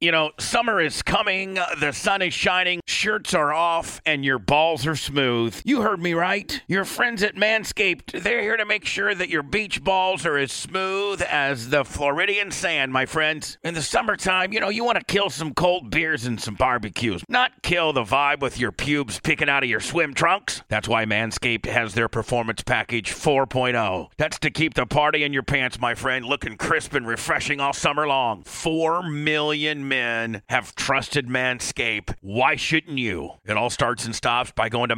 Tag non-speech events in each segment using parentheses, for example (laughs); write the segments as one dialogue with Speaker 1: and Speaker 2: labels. Speaker 1: You know, summer is coming, uh, the sun is shining, shirts are off, and your balls are smooth. You heard me right. Your friends at Manscaped, they're here to make sure that your beach balls are as smooth as the Floridian sand, my friends. In the summertime, you know, you want to kill some cold beers and some barbecues, not kill the vibe with your pubes picking out of your swim trunks. That's why Manscaped has their Performance Package 4.0. That's to keep the party in your pants, my friend, looking crisp and refreshing all summer long. 4 million men have trusted Manscaped. Why shouldn't you? It all starts and stops by going to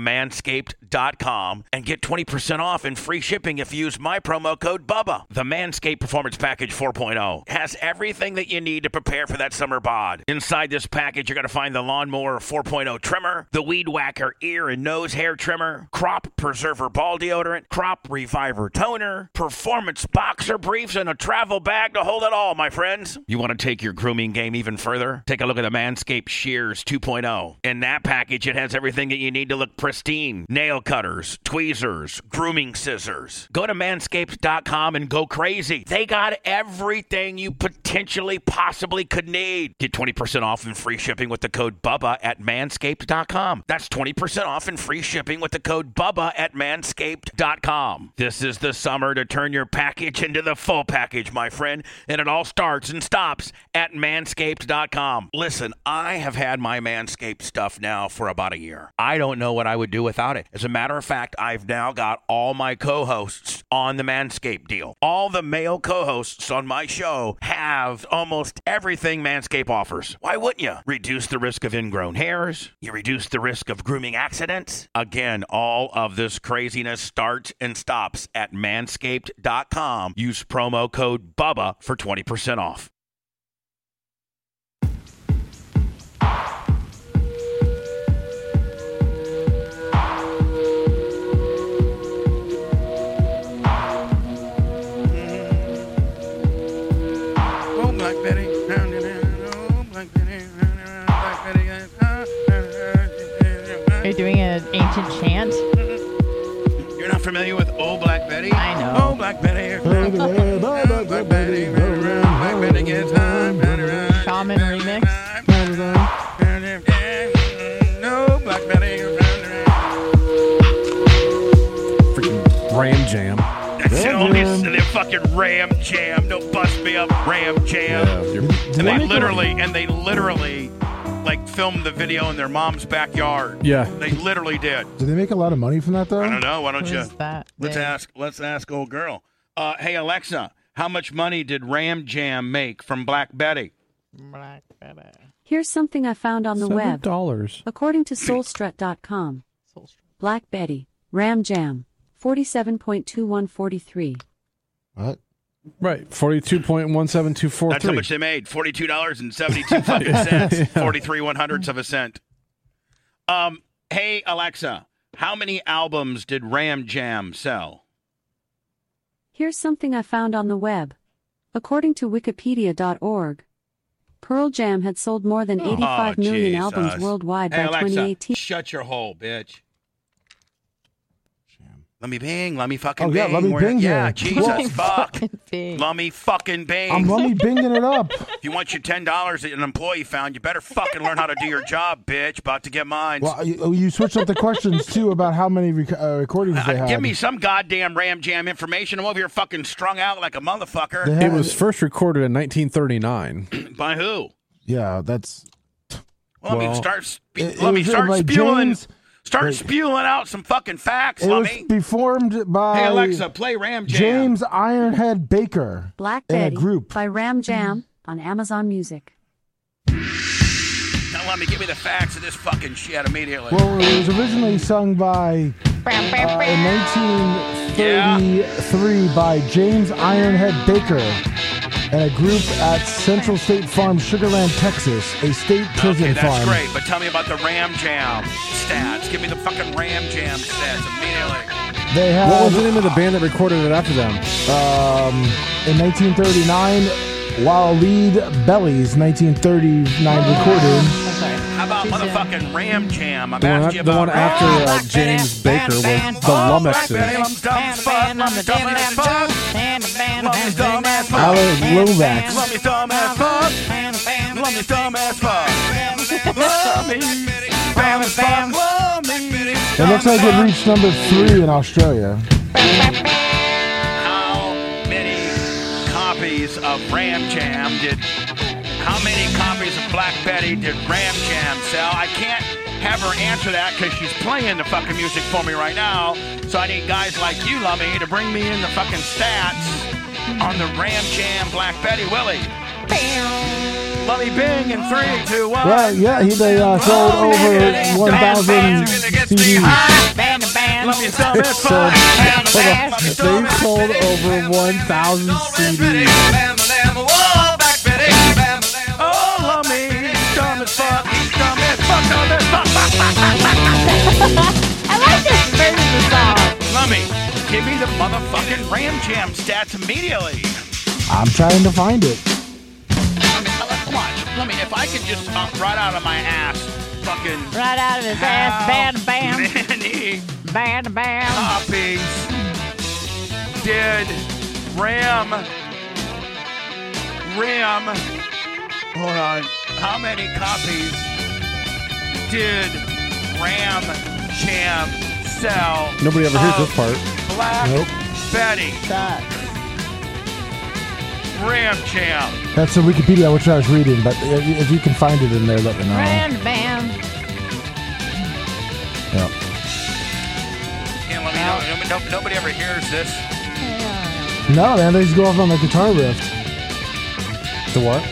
Speaker 1: manscaped.com and get 20% off and free shipping if you use my promo code BUBBA. The Manscaped Performance Package 4.0 has everything that you need to prepare for that summer bod. Inside this package, you're going to find the Lawnmower 4.0 trimmer, the Weed Whacker ear and nose hair trimmer, Crop Preserver ball deodorant, Crop Reviver toner, Performance boxer briefs, and a travel bag to hold it all, my friends. You want to take your grooming game even further? Take a look at the Manscaped Shears 2.0. In that package, it has everything that you need to look pristine nail cutters, tweezers, grooming scissors. Go to manscaped.com and go crazy. They got everything you potentially possibly could need. Get 20% off and free shipping with the code BUBBA at manscaped.com. That's 20% off and free shipping with the code BUBBA at manscaped.com. This is the summer to turn your package into the full package, my friend, and it all starts and stops at manscaped.com. Listen, I have had my Manscaped stuff now for about a year. I don't know what I would do without it. As a matter of fact, I've now got all my co hosts on the Manscaped deal. All the male co hosts on my show have almost everything Manscaped offers. Why wouldn't you? Reduce the risk of ingrown hairs, you reduce the risk of grooming accidents. Again, all of this craziness starts and stops at manscaped.com. Use promo code BUBBA for 20% off.
Speaker 2: Oh, Black Betty. Oh, Black Betty. Black Betty. eh?
Speaker 3: Are you doing an ancient chant?
Speaker 2: You're not familiar with Old Black Betty?
Speaker 3: I know.
Speaker 2: Oh, Black Betty. Black Betty. Black Betty gets high.
Speaker 3: Shaman remix.
Speaker 2: No, Black Betty.
Speaker 4: Freaking Ram Jam.
Speaker 2: That's the only silly fucking Ram Jam. Don't bust me up, Ram Jam.
Speaker 4: You're-
Speaker 2: And
Speaker 4: Why-
Speaker 2: they literally, and they literally, like, filmed the video in their mom's backyard.
Speaker 4: Yeah.
Speaker 2: They literally did.
Speaker 5: Do they make a lot of money from that though?
Speaker 2: I don't know. Why don't
Speaker 3: What
Speaker 2: you?
Speaker 3: is that?
Speaker 2: Let's
Speaker 3: Yeah.
Speaker 2: ask. Let's ask old girl. Uh, hey Alexa, how much money did Ram Jam make from Black Betty?
Speaker 3: Black Betty.
Speaker 6: Here's something I found on the web.
Speaker 4: dollars.
Speaker 6: According to soulstrut.com, Black Betty, Ram Jam, 47.2143.
Speaker 5: What?
Speaker 4: Right. Forty two point one seven two four
Speaker 2: That's how
Speaker 4: three.
Speaker 2: much they made. Forty-two dollars and seventy-two
Speaker 5: (laughs)
Speaker 2: fucking cents. Forty-three one hundredths of a cent. Um. Hey Alexa, how many albums did Ram Jam sell?
Speaker 6: Here's something I found on the web. According to wikipedia.org, Pearl Jam had sold more than
Speaker 2: Oh,
Speaker 6: 85 million
Speaker 2: Jesus.
Speaker 6: albums worldwide
Speaker 2: Hey,
Speaker 6: by
Speaker 2: Alexa,
Speaker 6: 2018.
Speaker 2: Shut your hole, bitch. Let me bing. Let me fucking
Speaker 5: Oh,
Speaker 2: bing.
Speaker 5: yeah, let me
Speaker 2: We're-
Speaker 5: bing
Speaker 2: Yeah,
Speaker 3: (laughs)
Speaker 5: here.
Speaker 3: Black
Speaker 2: Jesus,
Speaker 5: (laughs)
Speaker 2: fuck.
Speaker 3: fucking thing.
Speaker 2: Let me fucking bing.
Speaker 5: I'm only binging it up.
Speaker 2: If you want your ten dollars that an employee found, you better fucking learn how to do your job, bitch. About to get mine.
Speaker 5: Well, you, oh, you switched up the questions too about how many rec- uh, recordings
Speaker 2: Uh,
Speaker 5: they had.
Speaker 2: give me some goddamn ram jam information. I'm over here fucking strung out like a
Speaker 5: They
Speaker 2: motherfucker.
Speaker 5: had-
Speaker 4: It was first recorded in 1939.
Speaker 2: By who?
Speaker 5: yeah. That's
Speaker 2: Well, let me
Speaker 4: Well,
Speaker 2: start. Spe-
Speaker 5: it- it
Speaker 2: let me
Speaker 5: was in,
Speaker 2: start
Speaker 5: like,
Speaker 2: spewing.
Speaker 5: James-
Speaker 1: Start
Speaker 5: Wait.
Speaker 1: spewing out some fucking facts,
Speaker 5: It was
Speaker 1: Lummy.
Speaker 5: performed by
Speaker 1: Hey, Alexa, play Ram Jam.
Speaker 5: James Ironhead Baker.
Speaker 6: Black
Speaker 5: In a
Speaker 6: Betty
Speaker 5: group. Mm-hmm.
Speaker 6: by Ram Jam on Amazon Music.
Speaker 1: Now, Lummy, give me the facts of this fucking shit immediately.
Speaker 5: Well, it was originally sung by uh, in 1933 by James Ironhead Baker and a group at Central State Farm, Sugarland, Texas, a state prison
Speaker 1: okay, that's
Speaker 5: farm.
Speaker 1: great, but tell me about the Ram Jam stats. Give me the fucking Ram Jam stats immediately.
Speaker 5: They had
Speaker 4: What was the name of the band that recorded it after them?
Speaker 5: um, in 1939 Waleed Belly's 1939 recording.
Speaker 3: I'm sorry.
Speaker 1: How about
Speaker 3: She's in.
Speaker 1: motherfucking Ram Jam? I'm
Speaker 4: The one,
Speaker 1: asking you
Speaker 4: the
Speaker 1: about
Speaker 4: one
Speaker 1: Ram
Speaker 4: after uh, James Baker was the Lummixes.
Speaker 1: I'm dumb as fuck. I'm dumb as fuck. Lummy's dumb as fuck.
Speaker 5: Alan Lomax.
Speaker 1: Lummy's dumb as fuck. Lummy's dumb as fuck. Lummy's dumb as fuck. Lummy's
Speaker 2: eh?
Speaker 5: It looks like it reached number three in Australia.
Speaker 1: How many copies of Ram Jam did? How many copies of Black Betty did Ram Jam sell? I can't have her answer that because she's playing the fucking music for me right now. So I need guys like you, Lummy, to bring me in the fucking stats on the Ram Jam Black Betty Willie. Lummy Bing in three, two, one.
Speaker 5: Right, yeah, he, they uh, sold over 1,000 CDs.
Speaker 1: Lummy's dumb as
Speaker 4: (laughs) So-
Speaker 1: fuck.
Speaker 4: Hold on. They sold over 1,000 CDs.
Speaker 1: Oh, Lummy, dumb as fuck, dumb as fuck, dumb as fuck, fuck, (laughs) fuck, fuck, fuck.
Speaker 3: I like this version of the song.
Speaker 1: Lummy, give me the motherfucking Ram Jam stats immediately.
Speaker 5: I'm trying to find it.
Speaker 1: Watch, Lummy, if I could just pump right out of my ass, fucking
Speaker 3: Right out of his ass. Bam, bam,
Speaker 1: (laughs) many
Speaker 3: bam, bam.
Speaker 1: copies did Ram, Ram, hold on, how many copies did Ram Jam sell?
Speaker 4: Nobody ever hears
Speaker 1: of
Speaker 4: this part.
Speaker 1: Black
Speaker 5: Nope.
Speaker 1: Betty, Ram Jam.
Speaker 5: That's the Wikipedia, which I was reading, but if, if you can find it in there, let me know.
Speaker 3: Bam, bam.
Speaker 5: Yeah.
Speaker 1: Yeah, let me know. Nobody- nobody- Nobody ever hears this.
Speaker 5: No, man, they just go off on the guitar riff.
Speaker 4: The what?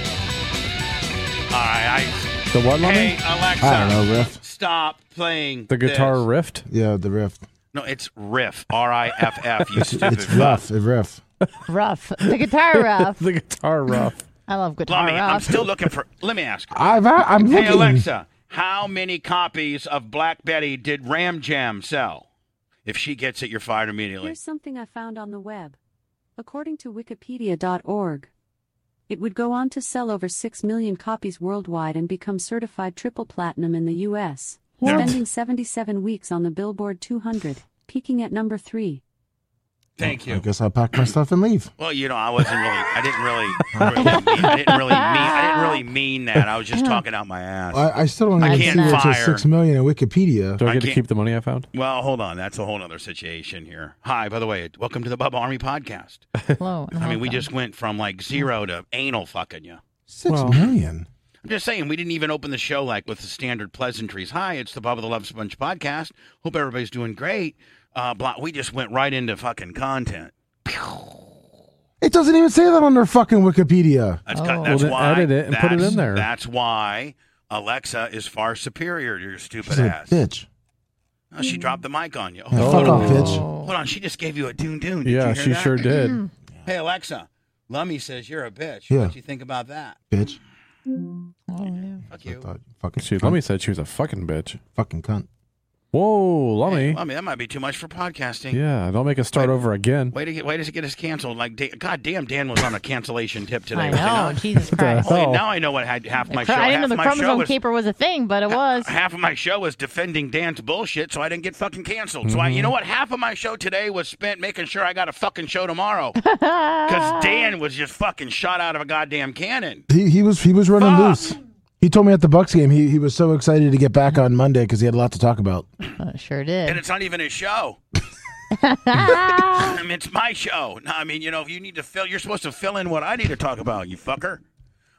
Speaker 1: All right,
Speaker 4: The what,
Speaker 1: I, hey,
Speaker 4: Lummy?
Speaker 1: Alexa,
Speaker 5: I don't know, riff.
Speaker 1: stop playing
Speaker 4: The guitar
Speaker 1: This.
Speaker 4: rift?
Speaker 5: Yeah,
Speaker 1: (laughs)
Speaker 5: the riff.
Speaker 1: No, it's riff. R I F F. You stupid.
Speaker 5: (laughs) It's rough, the riff.
Speaker 3: Rough. The guitar rough.
Speaker 4: (laughs) The guitar rough.
Speaker 3: I love guitar
Speaker 1: Lummy, I'm
Speaker 3: rough.
Speaker 1: still looking for. Let me ask.
Speaker 5: I've, I'm looking.
Speaker 1: Hey Alexa, how many copies of Black Betty did Ram Jam sell? If she gets it, you're fired immediately.
Speaker 6: Here's something I found on the web. According to Wikipedia.org, it would go on to sell over 6 million copies worldwide and become certified triple platinum in the U.S., spending 77 weeks on the Billboard 200, peaking at number 3.
Speaker 1: Thank
Speaker 5: I
Speaker 1: you.
Speaker 5: guess I'll pack Oh my stuff and leave.
Speaker 1: Well, you know, I wasn't really. I didn't really. really mean, I didn't really mean. I didn't really mean that. I was just talking out my ass.
Speaker 5: I, I still don't
Speaker 1: I
Speaker 5: even see
Speaker 1: can't
Speaker 5: that it says
Speaker 1: fire.
Speaker 5: 6 million in Wikipedia.
Speaker 4: Do I
Speaker 1: I
Speaker 4: get to
Speaker 1: can't-
Speaker 4: keep the money I found?
Speaker 1: Well, hold on. That's a whole other situation here. Hi, by the way, welcome to the Bubba Army podcast.
Speaker 3: Hello,
Speaker 1: I mean, we
Speaker 5: (laughs)
Speaker 3: welcome.
Speaker 1: just went from like zero to anal fucking you.
Speaker 5: Six million.
Speaker 4: Well-
Speaker 1: I'm just saying, we didn't even open the show like with the standard pleasantries. Hi, it's the Bubba the Love Sponge podcast. Hope everybody's doing great. Uh, blah, we just went right into fucking content.
Speaker 5: It doesn't even say that on their fucking Wikipedia.
Speaker 1: That's,
Speaker 3: Oh.
Speaker 1: co-
Speaker 3: Well,
Speaker 1: that's
Speaker 4: then
Speaker 1: why.
Speaker 4: edit it and put it
Speaker 1: that's-
Speaker 4: in there.
Speaker 1: That's why Alexa is far superior to your stupid
Speaker 5: She's a
Speaker 1: ass.
Speaker 5: bitch.
Speaker 1: Oh, she dropped the mic on you. Oh,
Speaker 5: Yeah, Fuck off, bitch.
Speaker 1: Hold on, she just gave you a doon doon. Did
Speaker 4: Yeah,
Speaker 1: you hear
Speaker 4: she
Speaker 1: that?
Speaker 4: sure did.
Speaker 1: Hey, Alexa, Lummy says you're a bitch.
Speaker 5: Yeah.
Speaker 1: What do you think about that?
Speaker 5: Bitch.
Speaker 3: Oh, yeah.
Speaker 1: Fuck
Speaker 5: I
Speaker 1: you.
Speaker 5: thought you fucking
Speaker 4: She,
Speaker 5: cunt.
Speaker 4: Lummy said she was a fucking bitch.
Speaker 5: Fucking cunt.
Speaker 4: Whoa,
Speaker 1: Hey,
Speaker 4: Lummy.
Speaker 1: Lummy, that might be too much for podcasting.
Speaker 4: (laughs) Yeah, don't make us start over again.
Speaker 1: Why to get, why does it get us canceled? Like, da- God damn, Dan was on a cancellation tip today.
Speaker 3: I
Speaker 1: was he
Speaker 3: know.
Speaker 1: not?
Speaker 3: Jesus Christ.
Speaker 4: hell?
Speaker 1: Wait, now I know what had half my
Speaker 4: Oh,
Speaker 3: The
Speaker 1: show.
Speaker 3: cro- I didn't
Speaker 1: half
Speaker 3: know the
Speaker 1: my show
Speaker 3: chromosome
Speaker 1: was,
Speaker 3: keeper was a thing, but it was.
Speaker 1: Half of my show was defending Dan's bullshit, so I didn't get fucking canceled. So I, you know what? Half of my show today was spent making sure I got a fucking show tomorrow
Speaker 3: (laughs)
Speaker 1: because Dan was just fucking shot out of a goddamn cannon.
Speaker 5: He, he was he was running
Speaker 1: Fuck.
Speaker 5: loose. He told me at the Bucks game he, he was so excited to get back on Monday because he had a lot to talk about.
Speaker 3: Uh, sure
Speaker 1: And
Speaker 3: did.
Speaker 1: it's not even his
Speaker 3: (laughs)
Speaker 1: show. I mean, it's my show. No, I mean, you know, if you need to fill, you're supposed to fill in what I need to talk about, you fucker.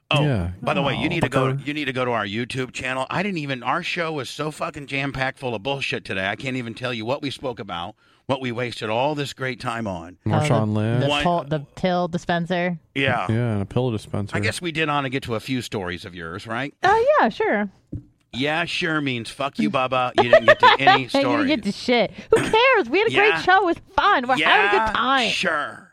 Speaker 1: Oh,
Speaker 4: Yeah.
Speaker 1: by the way, you
Speaker 4: No,
Speaker 1: need to
Speaker 4: but
Speaker 1: go.
Speaker 4: they're-
Speaker 1: You need to go to our YouTube channel. I didn't even. Our show was so fucking jam packed full of bullshit today. I can't even tell you what we spoke about, what we wasted all this great time on.
Speaker 4: Marshawn
Speaker 1: the-
Speaker 4: Lynch.
Speaker 1: Why-
Speaker 3: pol- Oh, the pill dispenser.
Speaker 1: Yeah,
Speaker 4: Yeah, and a pillow dispenser.
Speaker 1: I guess we did on to get to a few stories of yours, right?
Speaker 3: Oh yeah, sure.
Speaker 1: Yeah, sure means fuck you, Bubba. You didn't
Speaker 3: (laughs)
Speaker 1: get to any
Speaker 3: Hey, you
Speaker 1: stories.
Speaker 3: didn't get to shit. Who cares? We had a
Speaker 1: Yeah.
Speaker 3: great show. It was fun. We're having a good time.
Speaker 1: Sure.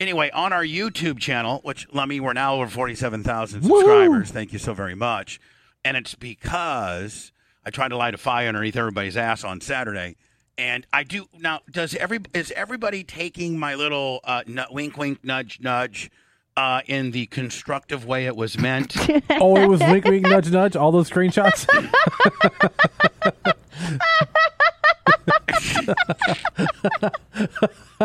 Speaker 1: Anyway, on our YouTube channel, which Lummy, we're now over forty-seven thousand subscribers. Thank you so very much. And it's because I tried to light a fire underneath everybody's ass on Saturday, and I do now. Does every is everybody taking my little uh, nu- wink, wink, nudge, nudge uh, in the constructive way it was
Speaker 3: (laughs)
Speaker 1: meant?
Speaker 4: (laughs) oh, it was
Speaker 1: (laughs)
Speaker 4: wink, wink, nudge, nudge. All those screenshots.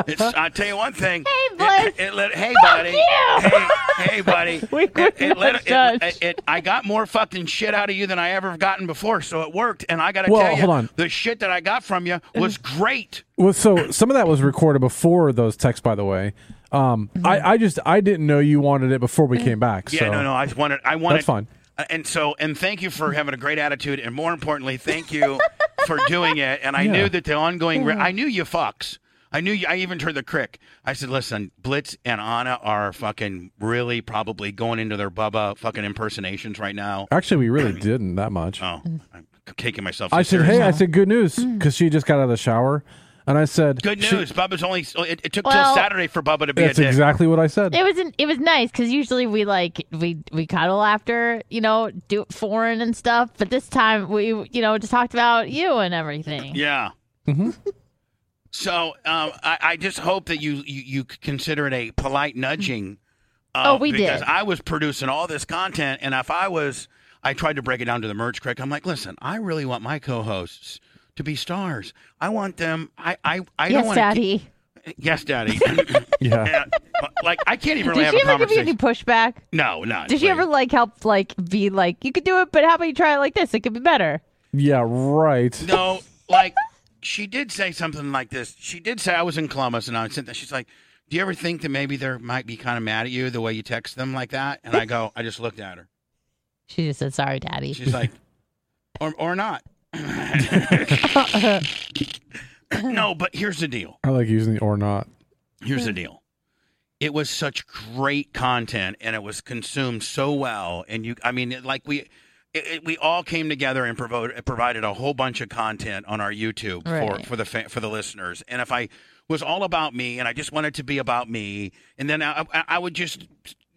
Speaker 1: It's, I'll tell you one thing.
Speaker 3: Hey, Blake.
Speaker 1: It- it let- hey, buddy. Hey, hey, buddy.
Speaker 3: (laughs) We
Speaker 1: it, it let-
Speaker 3: couldn't have
Speaker 1: it-
Speaker 3: judged.
Speaker 1: it- I got more fucking shit out of you than I ever gotten before, so it worked. And I got to
Speaker 4: Well,
Speaker 1: tell you,
Speaker 4: hold on.
Speaker 1: the shit that I got from you
Speaker 3: (laughs)
Speaker 1: was great.
Speaker 4: Well, so some of that was recorded before those texts, by the way. Um, I, I just I didn't know you wanted it before we came back.
Speaker 1: Mm-hmm. Mm. Yeah,
Speaker 4: so.
Speaker 1: no, no. I just wanted. I wanted.
Speaker 4: That's fine.
Speaker 1: Uh, And so, and thank you for having a great attitude, and more importantly, thank you for doing it. And I
Speaker 4: Yeah.
Speaker 1: knew that the ongoing. Re- I knew you fucks. I knew you. I even heard the crick. I said, "Listen, Blitz and Anna are fucking really probably going into their Bubba fucking impersonations right now."
Speaker 4: Actually, we really didn't that much.
Speaker 1: Oh, I'm taking myself.
Speaker 4: I
Speaker 1: so
Speaker 4: said,
Speaker 1: serious. Mm.
Speaker 4: hey, I said, good news, because she just got out of the shower, and I said,
Speaker 1: Good
Speaker 4: she-
Speaker 1: news, Bubba's only. It, it took till
Speaker 3: Well-
Speaker 1: Saturday for Bubba to be a
Speaker 4: that's
Speaker 1: dick.
Speaker 4: exactly what I
Speaker 1: (laughs)
Speaker 4: said.
Speaker 3: It was an, it was nice because usually we like we we cuddle after you know do foreign and stuff, but this time we you know just talked about you and everything.
Speaker 1: Yeah.
Speaker 3: Mm-hmm.
Speaker 1: So um, I, I just hope that you, you you consider it a polite nudging. Uh,
Speaker 3: Oh, we
Speaker 1: because
Speaker 3: did.
Speaker 1: I was producing all this content, and if I was, I tried to break it down to the merch crick. I'm like, listen, I really want my co-hosts to be stars. I want them. I I, I don't
Speaker 3: yes,
Speaker 1: want.
Speaker 3: Daddy.
Speaker 1: Yes, daddy. (laughs)
Speaker 4: Yeah,
Speaker 1: Yeah, like I can't even really
Speaker 3: Did
Speaker 1: have
Speaker 3: she
Speaker 1: a
Speaker 3: ever give you
Speaker 1: conversation.
Speaker 3: any pushback?
Speaker 1: no, no.
Speaker 3: Did she ever like help like be like you could do it, but how about you try it like this? It could be better.
Speaker 4: yeah, right.
Speaker 1: No, like she did say something like this. She did say I was in Columbus, and I sent that. She's like, "Do you ever think that maybe they might be kind of mad at you the way you text them like that?" And I go, I just looked at her.
Speaker 3: She just said sorry, Daddy.
Speaker 1: She's like, "Or or not." (laughs) no, but here's the deal.
Speaker 4: I like using the or not.
Speaker 1: Here's the
Speaker 3: Hmm.
Speaker 1: deal. It was such great content, and it was consumed so well. And you, I mean, it- like we. It, it, we all came together and provo- provided a whole bunch of content on our YouTube for,
Speaker 3: Right.
Speaker 1: for the fa- for the listeners. And if I was all about me, and I just wanted to be about me, and then I, I, I would just,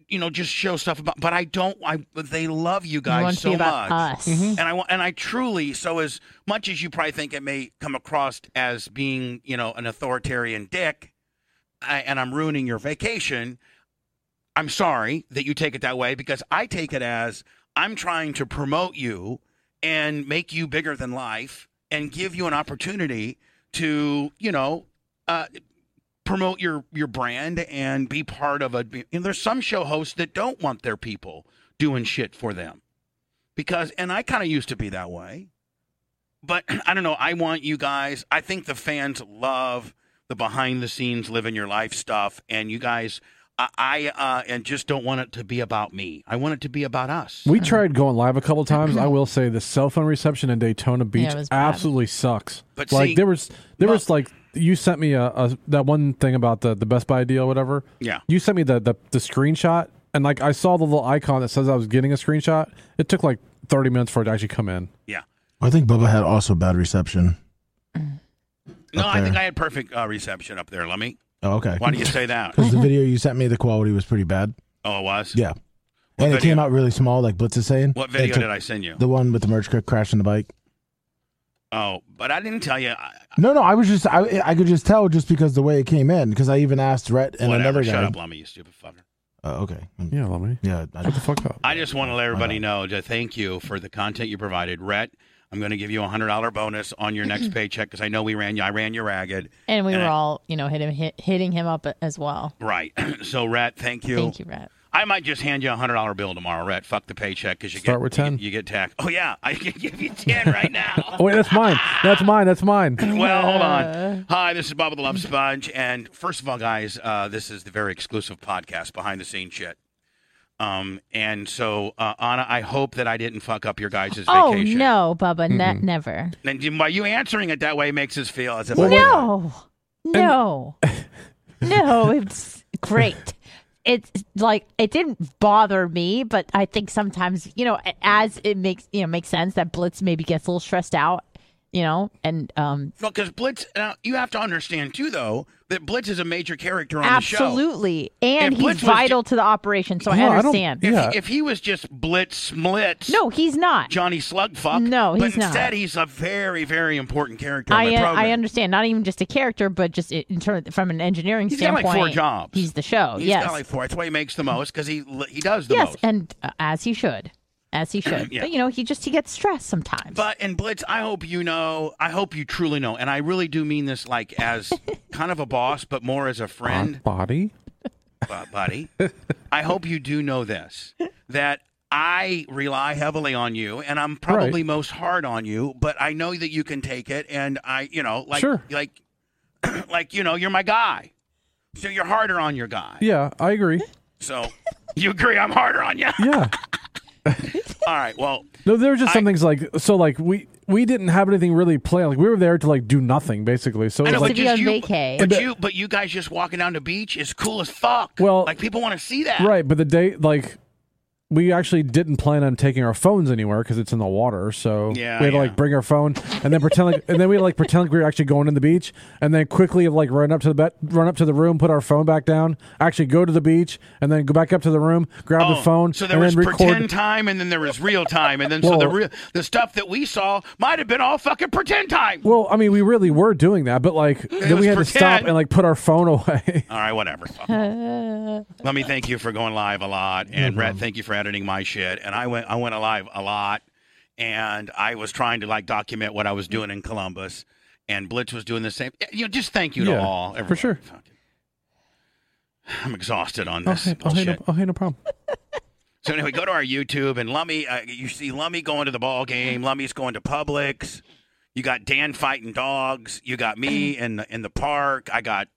Speaker 1: you know, just show stuff about. But I don't. I they love you
Speaker 3: you
Speaker 1: guys
Speaker 3: want
Speaker 1: so
Speaker 3: to be about
Speaker 1: much
Speaker 3: us.
Speaker 1: and I wa- and I truly so as much as you probably think it may come across as being you know an authoritarian dick, I, and I'm ruining your vacation. I'm sorry that you take it that way because I take it as I'm trying to promote you and make you bigger than life and give you an opportunity to you know uh, promote your your brand and be part of a. And there's some show hosts that don't want their people doing shit for them because and I kind of used to be that way. But (clears throat) I don't know, I want you guys, I think the fans love the behind the scenes living your life stuff and you guys I, I uh and just don't want it to be about me. I want it to be about us.
Speaker 4: We tried going live a couple times. I will say the cell phone reception in Daytona Beach
Speaker 3: it was bad.
Speaker 4: absolutely sucks.
Speaker 1: But
Speaker 4: like
Speaker 1: see-
Speaker 4: there was there
Speaker 1: Well-
Speaker 4: was like you sent me a, a that one thing about the the Best Buy deal, whatever.
Speaker 1: Yeah.
Speaker 4: You sent me the, the the screenshot, and like I saw the little icon that says I was getting a screenshot. It took like thirty minutes for it to actually come in.
Speaker 1: yeah.
Speaker 5: I think Bubba had also bad reception.
Speaker 1: No,
Speaker 5: Up
Speaker 1: I think
Speaker 5: there.
Speaker 1: I had perfect uh, reception up there, Lemmy.
Speaker 5: Oh, okay.
Speaker 1: Why do you
Speaker 5: (laughs)
Speaker 1: say that?
Speaker 5: Because the video you sent me, the quality was pretty bad.
Speaker 1: Oh, it was?
Speaker 5: Yeah. and it
Speaker 1: video?
Speaker 5: came out really small, like Blitz is saying.
Speaker 1: What
Speaker 5: It
Speaker 1: video
Speaker 5: took-
Speaker 1: did I send you?
Speaker 5: The one with the merge crick crashing the bike.
Speaker 1: oh, but I didn't tell you. I,
Speaker 5: No, no, I was just, I, I could just tell just because the way it came in, because I even asked Rhett and
Speaker 1: whatever.
Speaker 5: another
Speaker 1: Shut
Speaker 5: guy.
Speaker 1: up, Lemmy, you stupid fucker.
Speaker 5: Oh, okay.
Speaker 4: Yeah, let me.
Speaker 5: Yeah. I-
Speaker 4: Shut the fuck up.
Speaker 1: I just want to let everybody know to thank you for the content you provided, Rhett. I'm going to give you a hundred dollar bonus on your next paycheck because I know we ran you. I ran you ragged,
Speaker 3: And we
Speaker 1: And
Speaker 3: were
Speaker 1: I-
Speaker 3: all you know hitting hit, hitting him up as well.
Speaker 1: right? (clears throat) so, Rhett, thank you.
Speaker 3: Thank you, Brett.
Speaker 1: I might just hand you a hundred dollar bill tomorrow, Rhett. Fuck the paycheck because you
Speaker 4: Start
Speaker 1: get
Speaker 4: with
Speaker 1: you
Speaker 4: 10.
Speaker 1: get- You, get tax. Oh yeah, I can give you ten right now.
Speaker 4: Oh wait, that's mine. That's mine. That's mine.
Speaker 1: Well, hold on. Hi, this is Bob with the Love Sponge, and first of all, guys, uh, this is the very exclusive podcast behind the scenes shit. Um, and so, uh, Anna, I hope that I didn't fuck up your guys'
Speaker 3: Oh
Speaker 1: vacation.
Speaker 3: no, Bubba, ne- never.
Speaker 1: And you- by you answering it that way makes us feel as if I did.
Speaker 3: No, no, (laughs) no. It's great. It's like it didn't bother me, but I think sometimes you know, as it makes you know makes sense that Blitz maybe gets a little stressed out, you know, and um,
Speaker 1: No, because Blitz, now, you have to understand too, though, that Blitz is a major character on the show.
Speaker 3: absolutely, and
Speaker 1: If
Speaker 3: he's
Speaker 1: Blitz was
Speaker 3: vital to the operation, so I
Speaker 4: Yeah, I don't-
Speaker 3: understand.
Speaker 4: yeah.
Speaker 1: If he was just Blitz Smlitz,
Speaker 3: no, he's not.
Speaker 1: Johnny Slugfuck.
Speaker 3: No,
Speaker 1: but
Speaker 3: he's not.
Speaker 1: instead he's a very, very important character on
Speaker 3: I,
Speaker 1: the program.
Speaker 3: I understand not even just a character, but just i- in term, from an engineering
Speaker 1: He's got, like,
Speaker 3: standpoint.
Speaker 1: four jobs.
Speaker 3: He's the show.
Speaker 1: He's
Speaker 3: yes,
Speaker 1: got like four. That's why he makes the most because he he does the
Speaker 3: yes,
Speaker 1: most.
Speaker 3: and uh, as he should,
Speaker 1: (clears throat)
Speaker 3: as he should.
Speaker 1: Yeah.
Speaker 3: But you know, he just he gets stressed sometimes.
Speaker 1: But and Blitz, I hope you know. I hope you truly know, and I really do mean this, like
Speaker 3: (laughs)
Speaker 1: as kind of a boss, but more as a friend,
Speaker 4: body.
Speaker 1: bu- buddy. I hope you do know this that I rely heavily on you, and I'm probably most hard on you. But I know that you can take it, and I, you know, like
Speaker 4: Sure.
Speaker 1: like (clears throat) like you know, you're my guy. So you're harder on your guy.
Speaker 4: Yeah, I agree.
Speaker 1: So you agree I'm harder on you.
Speaker 3: (laughs)
Speaker 4: Yeah.
Speaker 1: All right. Well,
Speaker 4: No, there were just some
Speaker 1: I-
Speaker 4: things like so like we we didn't have anything really planned. Like we were there to like do nothing basically. So it
Speaker 1: I
Speaker 4: was
Speaker 1: know,
Speaker 4: like
Speaker 1: but
Speaker 3: Just to be
Speaker 1: just
Speaker 3: on
Speaker 1: you,
Speaker 3: vacay.
Speaker 1: But, you, but you guys just walking down the beach is cool as fuck.
Speaker 4: Well-
Speaker 1: like people want to see that.
Speaker 4: right, but the day like we actually didn't plan on taking our phones anywhere because it's in the water. So
Speaker 1: Yeah,
Speaker 4: we had to
Speaker 1: yeah.
Speaker 4: like bring our phone and then pretend like and then we like pretend like we were actually going to the beach and then quickly like run up to the bed, run up to the room, put our phone back down, actually go to the beach and then go back up to the room, grab
Speaker 1: Oh,
Speaker 4: the phone,
Speaker 1: So there
Speaker 4: and
Speaker 1: was
Speaker 4: then record.
Speaker 1: pretend time, and then there was real time, and then so
Speaker 4: Well-
Speaker 1: the real the stuff that we saw might have been all fucking pretend time.
Speaker 4: well, I mean, we really were doing that, but like then
Speaker 1: was
Speaker 4: we had to stop
Speaker 1: pretend.
Speaker 4: and like put our phone (laughs) away.
Speaker 1: (laughs) all right, whatever. Let me thank you for going live a lot, and Rhett,
Speaker 4: Mm-hmm.
Speaker 1: thank you for editing my shit. And I went, I went alive a lot, and I was trying to like document what I was doing in Columbus, and Blitz was doing the same. You know, just thank you to
Speaker 4: Yeah,
Speaker 1: all.
Speaker 4: for
Speaker 1: everyone.
Speaker 4: sure.
Speaker 1: Fucking- I'm exhausted on this
Speaker 4: Okay, okay,
Speaker 1: bullshit.
Speaker 4: no, okay, no problem.
Speaker 1: So anyway, go to our YouTube and Lummy. Uh, you see Lummy going to the ball game. Lummy's going to Publix. You got Dan fighting dogs. You got me in the in the park. I got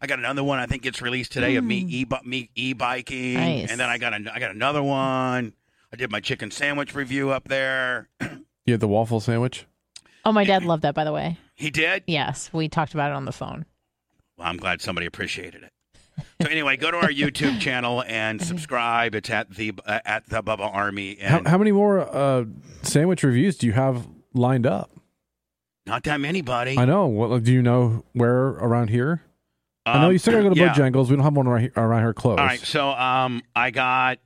Speaker 1: I got another one. I think it's released today of me e me e biking.
Speaker 3: Nice.
Speaker 1: And then I got an, I got another one. I did my chicken sandwich review up there. (clears throat)
Speaker 4: You had the waffle sandwich.
Speaker 3: oh, my dad loved that, by the way.
Speaker 1: He did.
Speaker 3: Yes, we talked about it on the phone.
Speaker 1: Well, I'm glad somebody appreciated it. So anyway, go to our YouTube channel and subscribe. It's at the uh, at the Bubba Army.
Speaker 4: How,
Speaker 1: And
Speaker 4: how many more uh, sandwich reviews do you have lined up?
Speaker 1: not that many, buddy.
Speaker 4: I know. What do you know where around here? I know you still gotta go to
Speaker 1: Um, yeah.
Speaker 4: Bojangles. We don't have one right here, around here close.
Speaker 1: All right, so um, I got,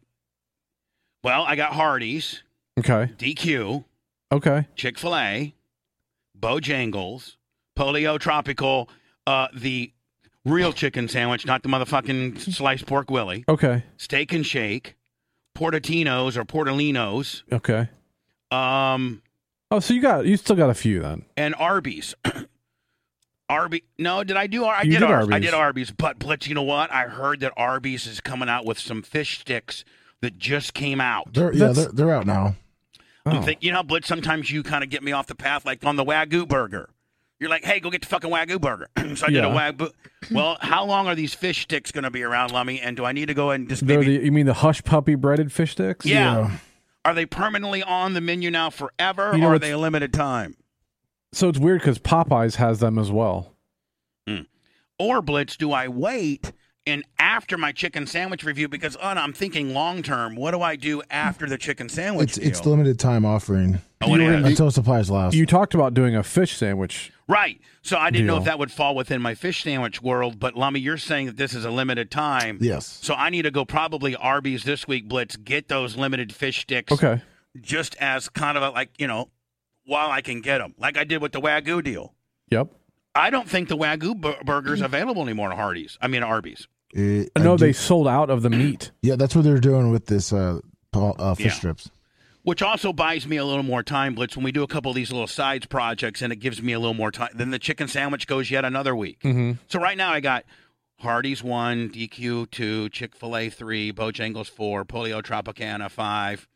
Speaker 1: well, I got Hardee's,
Speaker 4: Okay.
Speaker 1: DQ,
Speaker 4: Okay.
Speaker 1: Chick Fil A, Bojangles, Polio Tropical, uh, the real chicken sandwich, not the motherfucking sliced pork willy,
Speaker 4: Okay.
Speaker 1: Steak and Shake, Portatinos or Portolinos,
Speaker 4: Okay.
Speaker 1: um,
Speaker 4: Oh, so you got you still got a few then.
Speaker 1: and Arby's. (clears throat) Arby, no, did I do? Ar- I
Speaker 4: You
Speaker 1: did,
Speaker 4: did
Speaker 1: Arby's. I
Speaker 4: Arby's.
Speaker 1: did Arby's, but Blitz, you know what? I heard that Arby's is coming out with some fish sticks that just came out.
Speaker 5: (laughs) They're, yeah,
Speaker 4: That's-
Speaker 5: they're, they're out now.
Speaker 1: I'm
Speaker 4: Oh.
Speaker 1: think- you know, how, Blitz, sometimes you kind of get me off the path, like on the Wagyu burger. You're like, hey, go get the fucking Wagyu burger. (clears throat) so I did a
Speaker 4: Yeah.
Speaker 1: Wagyu. Well, how long are these fish sticks going to be around, Lummy? And do I need to go and just
Speaker 4: They're
Speaker 1: maybe.
Speaker 4: the, you mean the hush puppy breaded fish sticks?
Speaker 1: yeah. Are they permanently on the menu now forever,
Speaker 4: You know
Speaker 1: or are
Speaker 4: what's-
Speaker 1: they a limited time?
Speaker 4: So it's weird because Popeyes has them as well.
Speaker 1: Or, Blitz, do I wait and after my chicken sandwich review? Because, Anna, I'm thinking long term. What do I do after the chicken sandwich
Speaker 5: It's
Speaker 1: deal?
Speaker 5: it's limited time offering
Speaker 1: Oh, it
Speaker 4: you
Speaker 1: is.
Speaker 4: already-
Speaker 5: until supplies last.
Speaker 4: You talked about doing a fish sandwich.
Speaker 1: Right. So I didn't know if
Speaker 4: Deal.
Speaker 1: that would fall within my fish sandwich world, but, Lummy, you're saying that this is a limited time.
Speaker 5: yes.
Speaker 1: So I need to go probably Arby's this week, Blitz, get those limited fish sticks
Speaker 4: Okay.
Speaker 1: just as kind of a, like, you know, while I can get them, like I did with the Wagyu deal.
Speaker 4: Yep.
Speaker 1: I don't think the Wagyu bur- burger's
Speaker 4: Mm.
Speaker 1: available anymore at Hardee's. I mean, Arby's.
Speaker 5: Eh, I
Speaker 4: no,
Speaker 5: do-
Speaker 4: they sold out of the meat.
Speaker 5: Yeah, that's what they're doing with this uh, Paul, uh fish
Speaker 1: Yeah.
Speaker 5: strips.
Speaker 1: Which also buys me a little more time, Blitz, when we do a couple of these little sides projects and it gives me a little more time. Then the chicken sandwich goes yet another week.
Speaker 4: Mm-hmm.
Speaker 1: So right now I got Hardee's one, DQ two, Chick Fil A three, Bojangles four, Polio Tropicana five,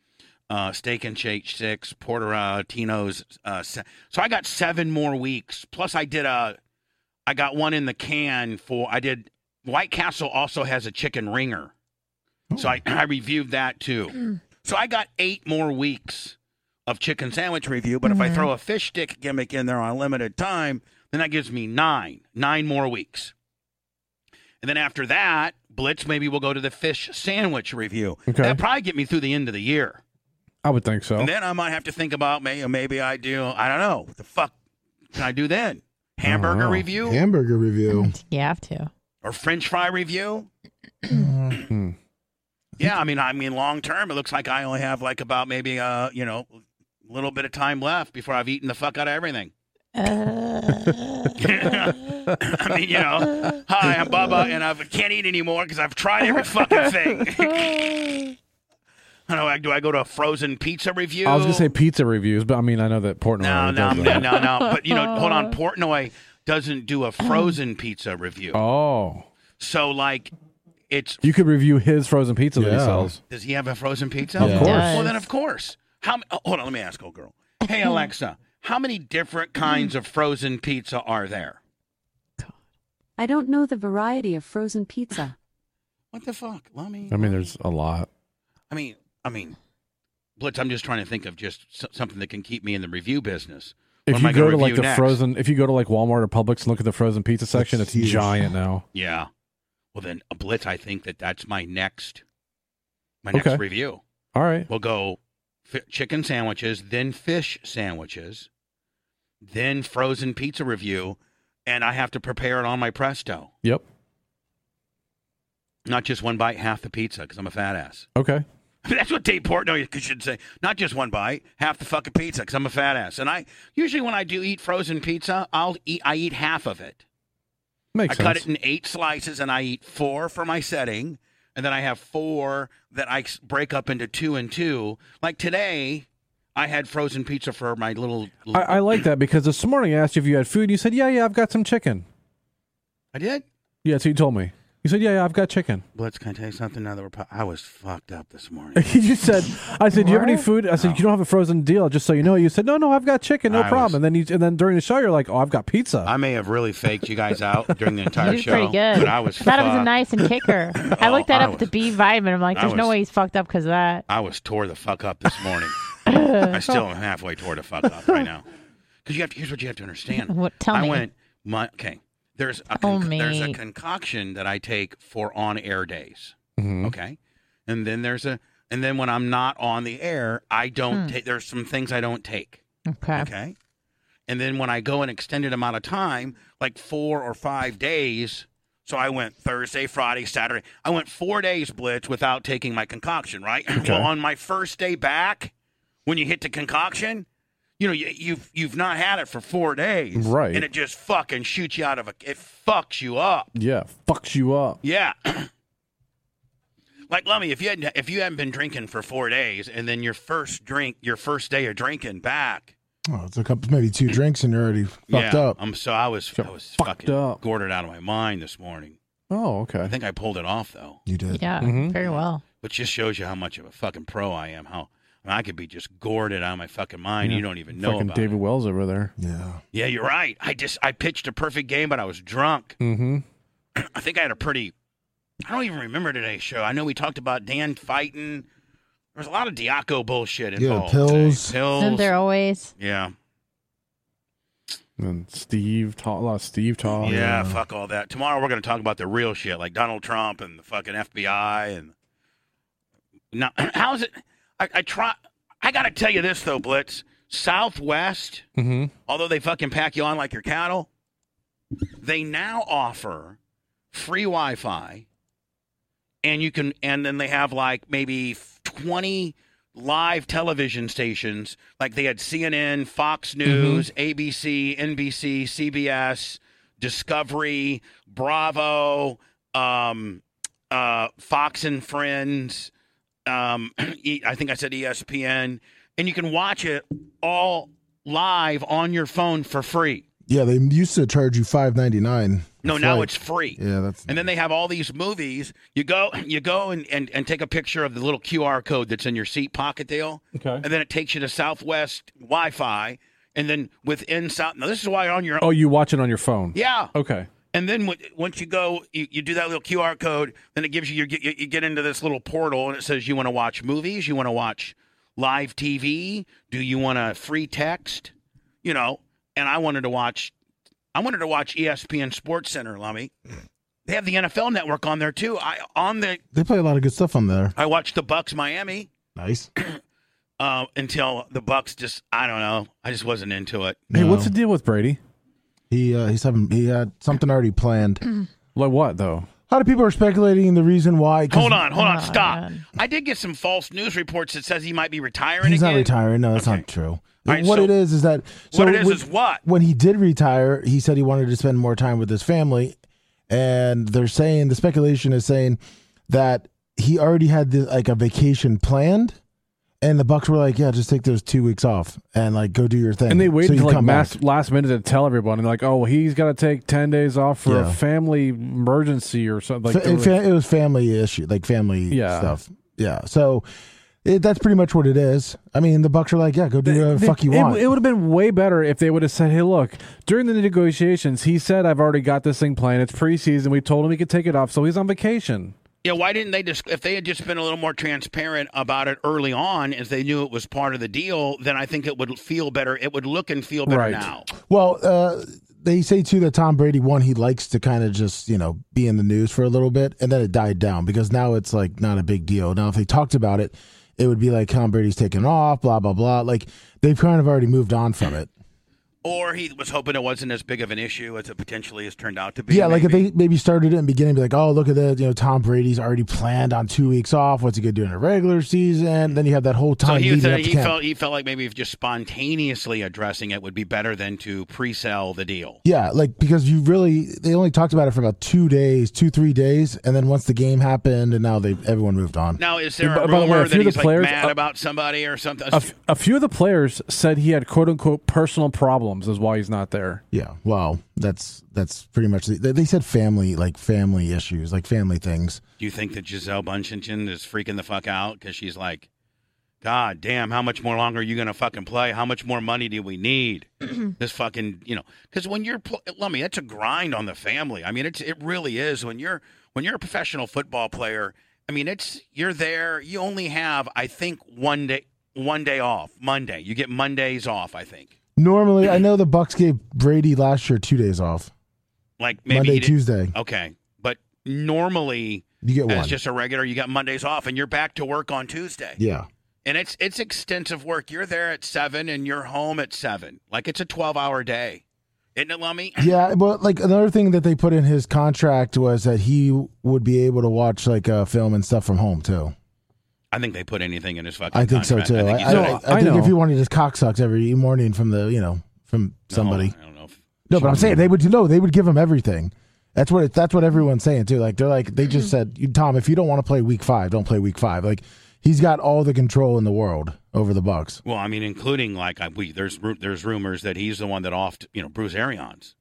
Speaker 1: uh, Steak and Shake six, Porter uh, Tino's. Uh, se- so I got seven more weeks. Plus I did a, I got one in the can for I did. White Castle also has a chicken ringer. So I, I reviewed that too. So I got eight more weeks of chicken sandwich review, but if I throw a fish stick gimmick in there on limited time, then that gives me nine, nine more weeks. And then after that, Blitz, maybe we'll go to the fish sandwich review.
Speaker 4: Okay.
Speaker 1: That'll probably get me through the end of the year.
Speaker 4: I would think so.
Speaker 1: And then I might have to think about maybe, maybe I do, I don't know. What the fuck can I do then? Hamburger
Speaker 4: wow.
Speaker 1: review
Speaker 5: Hamburger review.
Speaker 3: You have to.
Speaker 1: or french fry review?
Speaker 4: Hmm.
Speaker 1: Yeah, I mean, I mean, long term, it looks like I only have like about maybe uh, you know, a little bit of time left before I've eaten the fuck out of everything. (laughs) I mean, you know, hi, I'm Bubba, and I can't eat anymore because I've tried every fucking thing. (laughs) I don't know. like, Do I go to a frozen pizza review?
Speaker 4: I was gonna say pizza reviews, but I mean I know that Portnoy.
Speaker 1: no,
Speaker 4: already
Speaker 1: no,
Speaker 4: does
Speaker 1: no,
Speaker 4: that.
Speaker 1: no, no. But you know, hold on, Portnoy doesn't do a frozen pizza review.
Speaker 4: Oh,
Speaker 1: So like, it's
Speaker 4: you could review his frozen pizza that he
Speaker 5: Yeah.
Speaker 4: sells.
Speaker 1: Does he have a frozen pizza?
Speaker 5: Of He course.
Speaker 3: does.
Speaker 1: Well, then of course. How? m- oh, hold on, let me ask, old girl. Hey Alexa, how many different kinds of frozen pizza are there?
Speaker 6: I don't know the variety of frozen pizza.
Speaker 1: What the fuck, let me.
Speaker 4: I mean, there's a lot.
Speaker 1: I mean, I mean, Blitz. I'm just trying to think of just s- something that can keep me in the review business. What
Speaker 4: If
Speaker 1: am I
Speaker 4: you
Speaker 1: gonna
Speaker 4: go to like
Speaker 1: review
Speaker 4: the
Speaker 1: next?
Speaker 4: frozen, if you go to like Walmart or Publix and look at the frozen pizza section,
Speaker 5: That's
Speaker 4: it's
Speaker 5: huge.
Speaker 4: giant now.
Speaker 1: Yeah. Well, then a Blitz. I think that that's my next, my
Speaker 4: Okay.
Speaker 1: next review.
Speaker 4: All right.
Speaker 1: We'll go fi chicken sandwiches, then fish sandwiches, then frozen pizza review, and I have to prepare it on my Presto.
Speaker 4: Yep.
Speaker 1: Not just one bite, half the pizza, because I'm a fat ass. (laughs)
Speaker 4: Okay.
Speaker 1: That's what Dave Portnoy should say. Not just one bite, half the fucking pizza, because I'm a fat ass. And I usually when I do eat frozen pizza, I'll eat I eat half of it.
Speaker 4: Makes
Speaker 1: I
Speaker 4: sense.
Speaker 1: cut it in eight slices, and I eat four for my setting, and then I have four that I s- break up into two and two. Like today, I had frozen pizza for my little.
Speaker 4: I, I like that because this morning I asked you if you had food. You said, "Yeah, yeah, I've got some chicken."
Speaker 1: I did.
Speaker 4: Yeah, so you told me. You said, "Yeah, yeah, I've got chicken." (laughs)
Speaker 1: Blitz, can I tell you something? Now that we're, po- I was fucked up this
Speaker 4: (laughs)
Speaker 1: morning.
Speaker 4: you said, "I said, do you have any food?" I said, "You don't have a frozen deal, just so you know." You said, "No, no, I've got chicken, no
Speaker 1: I
Speaker 4: problem."
Speaker 1: was-
Speaker 4: And then you, and then during the show, you're like, "Oh, I've got pizza."
Speaker 1: I may have really faked you guys out during the entire
Speaker 3: You did
Speaker 1: show,
Speaker 3: pretty good.
Speaker 1: but I was.
Speaker 3: thought it was a
Speaker 1: fucked.
Speaker 3: nice
Speaker 1: (laughs)
Speaker 3: and kicker. I
Speaker 1: Oh,
Speaker 3: looked that
Speaker 1: I
Speaker 3: up at the
Speaker 1: was-
Speaker 3: B vitamin. I'm like,
Speaker 1: I
Speaker 3: there's no
Speaker 1: was-
Speaker 3: way he's fucked up because of that.
Speaker 1: I was tore the fuck up this
Speaker 3: (laughs)
Speaker 1: morning. I still am halfway tore the fuck up right now. Because you have to. Here's what you have to understand.
Speaker 3: What- tell
Speaker 1: I
Speaker 3: me.
Speaker 1: went. My okay. There's a
Speaker 3: Tell
Speaker 1: conc- there's a
Speaker 3: me.
Speaker 1: concoction that I take for on air days.
Speaker 4: Mhm.
Speaker 1: Okay, and then there's a and then when I'm not on the air, I don't
Speaker 3: Hmm.
Speaker 1: take. There's some things I don't take.
Speaker 3: Okay.
Speaker 1: Okay. And then when I go an extended amount of time, like four or five days, so I went Thursday, Friday, Saturday. I went four days blitz without taking my concoction, right? Well, on my first day back, when you hit the concoction, you know, you, you've you've not had it for four days.
Speaker 4: Right.
Speaker 1: And it just fucking shoots you out of a it fucks you up.
Speaker 4: Yeah, fucks you up.
Speaker 1: Yeah. (clears throat) like Lummy, if you hadn't if you hadn't been drinking for four days and then your first drink your first day of drinking back
Speaker 5: Oh, it's a couple, maybe two drinks, and you're already fucked
Speaker 1: yeah,
Speaker 5: up.
Speaker 1: I'm so I was I was
Speaker 4: fucked
Speaker 1: fucking
Speaker 4: up.
Speaker 1: gourded out of my mind this morning.
Speaker 4: Oh, okay.
Speaker 1: I think I pulled it off though,
Speaker 5: you did.
Speaker 3: Yeah,
Speaker 4: Mhm.
Speaker 3: very well.
Speaker 1: which just shows you how much of a fucking pro I am. How I, mean, I could be just gourded out of my fucking mind.
Speaker 4: Yeah.
Speaker 1: You don't even know
Speaker 4: Fucking
Speaker 1: about
Speaker 4: David
Speaker 1: it.
Speaker 4: Wells over there.
Speaker 5: Yeah.
Speaker 1: Yeah, you're right. I just I pitched a perfect game, but I was drunk. (clears throat)
Speaker 4: Mm-hmm.
Speaker 1: I think I had a pretty. I don't even remember today's show. I know we talked about Dan fighting. There was a lot of Diaco bullshit
Speaker 5: Yeah,
Speaker 1: involved.
Speaker 5: pills.
Speaker 1: today. Pills.
Speaker 3: Isn't there always?
Speaker 1: yeah.
Speaker 4: And Steve talk a lot of Steve talk.
Speaker 1: yeah, fuck all that. Tomorrow we're going to talk about the real shit, like Donald Trump and the fucking FBI and. Now, (clears throat) how's it? I, I try. I got to tell you this though, Blitz. Southwest,
Speaker 4: Mm-hmm.
Speaker 1: although they fucking pack you on like your cattle, they now offer free Wi-Fi, and you can, and then they have like maybe twenty live television stations. Like they had CNN, Fox News, ABC, NBC, CBS, Discovery, Bravo, um, uh, Fox and Friends. Um, (clears throat) E- I think I said ESPN, and you can watch it all live on your phone for free.
Speaker 5: Yeah, they used to charge you five ninety nine.
Speaker 1: No, now it's free.
Speaker 5: Yeah, that's.
Speaker 1: And then they have all these movies. You go, (clears throat) you go and, and, and take a picture of the little QR code that's in your seat pocket deal.
Speaker 4: Okay.
Speaker 1: And then it takes you to Southwest Wi Fi. And then within South, now this is why on your
Speaker 4: Oh, you watch it on your phone.
Speaker 1: Yeah.
Speaker 4: Okay.
Speaker 1: And then w- once you go, you, you do that little QR code, then it gives you, you get, you get into this little portal and it says, you want to watch movies? You want to watch live TV? Do you want a free text? You know, and I wanted to watch, I wanted to watch E ESPN Sports Center, Lummy. They have the NFL network on there too. I, on the,
Speaker 5: They play a lot of good stuff on there.
Speaker 1: I watched the Bucks Miami.
Speaker 5: Nice.
Speaker 1: uh, until the Bucks just I don't know. I just wasn't into it.
Speaker 4: Hey, what's the
Speaker 5: No.
Speaker 4: deal with Brady?
Speaker 5: He uh, he's having he had something already planned. A
Speaker 4: Like what though?
Speaker 5: lot of people are speculating the reason why. 'cause
Speaker 1: Hold on, hold on,
Speaker 3: (laughs) Oh,
Speaker 1: stop.
Speaker 3: man.
Speaker 1: I did get some false news reports that says he might be retiring
Speaker 5: He's
Speaker 1: again.
Speaker 5: not retiring. No, that's
Speaker 1: Okay.
Speaker 5: not true.
Speaker 1: right,
Speaker 5: what
Speaker 1: so-
Speaker 5: it is is that so
Speaker 1: What it is
Speaker 5: when,
Speaker 1: is what?
Speaker 5: when he did retire, he said he wanted to spend more time with his family, and they're saying the speculation is saying that he already had this, like a vacation planned, and the Bucks were like, "Yeah, just take those two weeks off and like go do your thing."
Speaker 4: And they waited
Speaker 5: so you
Speaker 4: until like
Speaker 5: come
Speaker 4: mass,
Speaker 5: back.
Speaker 4: last minute to tell everyone. And they're like, oh, well, he's got to take ten days off for
Speaker 5: Yeah.
Speaker 4: a family emergency or something. Like,
Speaker 5: Fa-
Speaker 4: they were-
Speaker 5: fa- it was family issue, like family
Speaker 4: Yeah.
Speaker 5: stuff. Yeah, so it, that's pretty much what it is. I mean, the Bucks are like, "Yeah, go do whatever the fuck you
Speaker 4: it,
Speaker 5: want."
Speaker 4: It would have been way better if they would have said, "Hey, look, during the negotiations, he said I've already got this thing planned. It's preseason. We told him he could take it off, so he's on vacation."
Speaker 1: Yeah, why didn't they just? If they had just been a little more transparent about it early on, as they knew it was part of the deal, then I think it would feel better. It would look and feel better
Speaker 4: Right.
Speaker 1: now.
Speaker 5: Well, uh, they say too that Tom Brady one he likes to kind of just you know be in the news for a little bit, and then it died down because now it's like not a big deal. Now if they talked about it, it would be like Tom Brady's taking off, blah blah blah. Like they've kind of already moved on from it.
Speaker 1: Or he was hoping it wasn't as big of an issue as it potentially has turned out to be.
Speaker 5: Yeah, like if
Speaker 1: maybe.
Speaker 5: they maybe started it in the beginning, be like, oh look at that, you know Tom Brady's already planned on two weeks off. What's he gonna do in the regular season? Then you have that whole
Speaker 1: So
Speaker 5: time
Speaker 1: he,
Speaker 5: leading
Speaker 1: was,
Speaker 5: up to
Speaker 1: he
Speaker 5: camp.
Speaker 1: felt he felt like maybe if just spontaneously addressing it would be better than to pre-sell the deal.
Speaker 5: Yeah, like because you really they only talked about it for about two days, two three days, and then once the game happened, and now they everyone moved on.
Speaker 1: Now, is there
Speaker 4: By-
Speaker 1: a
Speaker 4: by the way, a
Speaker 1: rumor
Speaker 4: few
Speaker 1: that
Speaker 4: of the
Speaker 1: he's
Speaker 4: players-
Speaker 1: like mad
Speaker 4: uh,
Speaker 1: about somebody or something?
Speaker 4: A, f- a few of the players said he had "quote unquote" personal problems, is why he's not there.
Speaker 5: Yeah. Well, that's that's pretty much the, they- they said family like family issues, like family things.
Speaker 1: Do you think that Giselle Bundchen is freaking the fuck out because she's like, God damn, how much more longer are you gonna fucking play? How much more money do we need? this fucking, you know, because when you're, pl- let me, that's a grind on the family. I mean, it's it really is when you're when you're a professional football player. I mean, it's you're there. You only have, I think, one day one day off. Monday, you get Mondays off. I think,
Speaker 5: Normally, I know the Bucks gave Brady last year two days off,
Speaker 1: like maybe he
Speaker 5: Monday,
Speaker 1: did-
Speaker 5: Tuesday.
Speaker 1: Okay, but normally
Speaker 5: You get
Speaker 1: as
Speaker 5: one.
Speaker 1: just a regular, you got Mondays off, and you're back to work on Tuesday.
Speaker 5: yeah.
Speaker 1: and it's it's extensive work. You're there at seven and you're home at seven. Like it's a twelve hour day, isn't it, Lummy?
Speaker 5: Yeah, but like another thing that they put in his contract was that he would be able to watch like uh, film and stuff from home too.
Speaker 1: I think they put anything in his fucking.
Speaker 5: I think so
Speaker 1: contract.
Speaker 5: too. I,
Speaker 1: think
Speaker 5: I,
Speaker 1: he's
Speaker 5: I,
Speaker 1: already-
Speaker 4: No, I
Speaker 5: think
Speaker 4: know.
Speaker 5: if he wanted his cock sucked every morning from the you know from somebody.
Speaker 1: No, I don't know. If,
Speaker 5: No, but I'm saying they would no, they would give him everything. That's what it, that's what everyone's saying too. Like they're like
Speaker 1: Mm-hmm.
Speaker 5: they just said, "You- Tom, if you don't want to play week five, don't play week five. Like he's got all the control in the world over the Bucks.
Speaker 1: well, I mean, including like I, we there's ru- there's rumors that he's the one that offed you know Bruce Arians.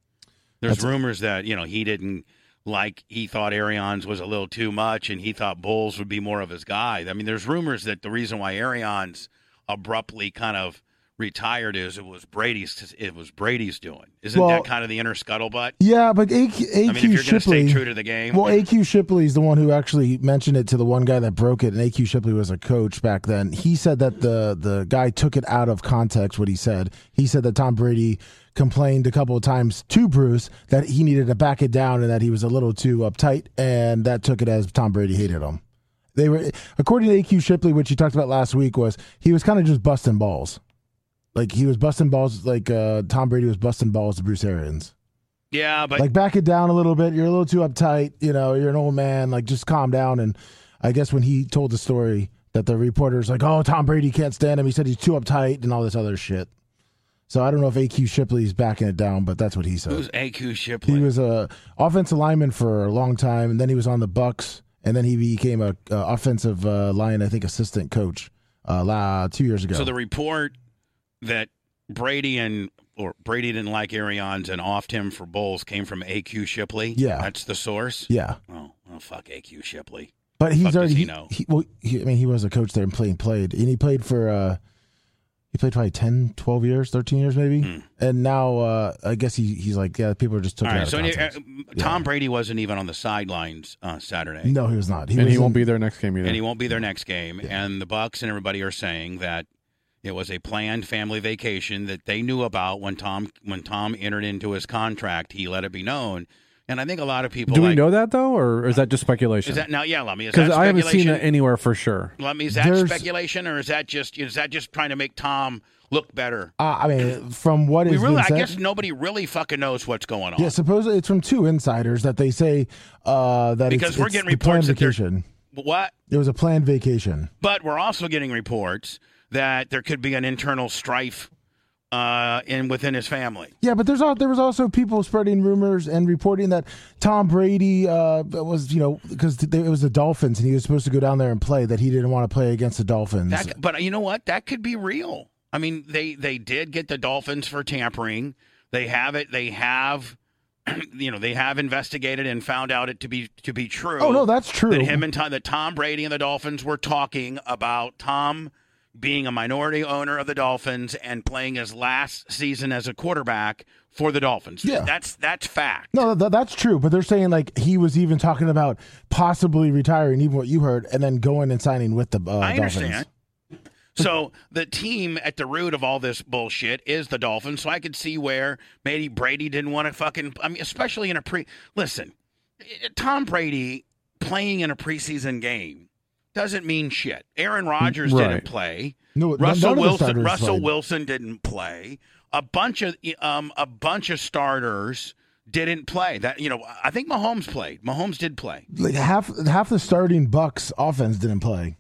Speaker 1: There's
Speaker 5: That's-
Speaker 1: rumors that you know he didn't like he thought Arians was a little too much, and he thought Bulls would be more of his guy. I mean, there's rumors that the reason why Arians abruptly kind of retired is it was Brady's it was Brady's doing. Isn't
Speaker 5: Well-
Speaker 1: that kind of the inner scuttlebutt?
Speaker 5: Yeah, but AQ,
Speaker 1: I mean, if you're going to
Speaker 5: Shipley.
Speaker 1: stay true to the game,
Speaker 5: well, AQ Shipley's the one who actually mentioned it to the one guy that broke it, and AQ Shipley was a coach back then. He said that the the guy took it out of context what he said. He said that Tom Brady complained a couple of times to Bruce that he needed to back it down and that he was a little too uptight, and that took it as Tom Brady hated him. They were, according to AQ Shipley, which you talked about last week, was he was kind of just busting balls. Like he was busting balls, like uh, Tom Brady was busting balls to Bruce Arians
Speaker 1: yeah, but
Speaker 5: like back it down a little bit. You're a little too uptight. You know, you're an old man. Like just calm down. And I guess when he told the story that the reporter's like, "Oh, Tom Brady can't stand him," he said he's too uptight and all this other shit. So I don't know if AQ Shipley's backing it down, but that's what he said.
Speaker 1: who's AQ Shipley?
Speaker 5: He was a offensive lineman for a long time, and then he was on the Bucks, and then he became a uh, offensive uh, line, I think, assistant coach uh, la, two years ago.
Speaker 1: So the report that Brady and or Brady didn't like Arians and offed him for Bulls came from AQ Shipley.
Speaker 5: Yeah.
Speaker 1: that's the source.
Speaker 5: yeah,
Speaker 1: Oh, well, fuck AQ Shipley.
Speaker 5: But he's
Speaker 1: fuck does
Speaker 5: already
Speaker 1: he
Speaker 5: he,
Speaker 1: know?
Speaker 5: he- well, he, I mean, he was a coach there and playing played, and he played for uh, He played probably 10, 12 years, 13 years maybe. And now uh, I guess he, he's like, yeah, people are just took
Speaker 1: Hmm. All right,
Speaker 5: it out
Speaker 1: so
Speaker 5: of
Speaker 1: any- uh,
Speaker 5: context.
Speaker 1: Tom Brady wasn't even on the sidelines uh, Saturday.
Speaker 5: No, he was not. He
Speaker 4: and
Speaker 5: was
Speaker 4: he won't
Speaker 5: in-
Speaker 4: be there next game either.
Speaker 1: and he won't be there next game. And the Bucks and everybody are saying that it was a planned family vacation that they knew about when Tom when Tom entered into his contract. He let it be known, and I think a lot of people
Speaker 4: Do
Speaker 1: like,
Speaker 4: we know that though, or is that just
Speaker 1: Is
Speaker 4: speculation?
Speaker 1: that now? Yeah, let me. Is that
Speaker 4: Because I haven't seen
Speaker 1: speculation?
Speaker 4: that anywhere for sure.
Speaker 1: Let me. Is that
Speaker 5: There's-
Speaker 1: speculation, or is that just is that just trying to make Tom look better?
Speaker 5: Uh, I mean, from what is
Speaker 1: We really,
Speaker 5: been
Speaker 1: I
Speaker 5: said,
Speaker 1: guess nobody really fucking knows what's going on.
Speaker 5: Yeah, supposedly it's from two insiders that they say uh, that it's-
Speaker 1: Because we're
Speaker 5: it's
Speaker 1: getting
Speaker 5: the planned
Speaker 1: reports that they're-
Speaker 5: vacation.
Speaker 1: What?
Speaker 5: It was a planned vacation.
Speaker 1: But we're also getting reports that there could be an internal strife uh, in within his family.
Speaker 5: Yeah, but there's all there was also people spreading rumors and reporting that Tom Brady uh, was you know because it was the Dolphins and he was supposed to go down there and play that he didn't want to play against the Dolphins.
Speaker 1: That, but you know what? That could be real. I mean, they they did get the Dolphins for tampering. They have it. They have, (clears throat) you know, they have investigated and found out it to be to be true.
Speaker 5: oh no, that's true.
Speaker 1: That him and Tom, that Tom Brady and the Dolphins were talking about Tom being a minority owner of the Dolphins and playing his last season as a quarterback for the Dolphins.
Speaker 5: Yeah.
Speaker 1: that's that's fact.
Speaker 5: no, th- that's true. But they're saying like he was even talking about possibly retiring, even what you heard, and then going and signing with the uh,
Speaker 1: I
Speaker 5: Dolphins.
Speaker 1: understand. So the team at the root of all this bullshit is the Dolphins. So I could see where maybe Brady didn't want to fucking. I mean, especially in a pre. Listen, eh, Tom Brady playing in a preseason game doesn't mean shit. Aaron Rodgers
Speaker 4: Right.
Speaker 1: didn't play.
Speaker 5: No, none
Speaker 1: Russell
Speaker 5: of the
Speaker 1: Wilson.
Speaker 5: starters
Speaker 1: Russell
Speaker 5: played.
Speaker 1: Wilson didn't play. A bunch of um, a bunch of starters didn't play. That you know, I think Mahomes played. Mahomes did play.
Speaker 5: Like half half the starting Bucks offense didn't play.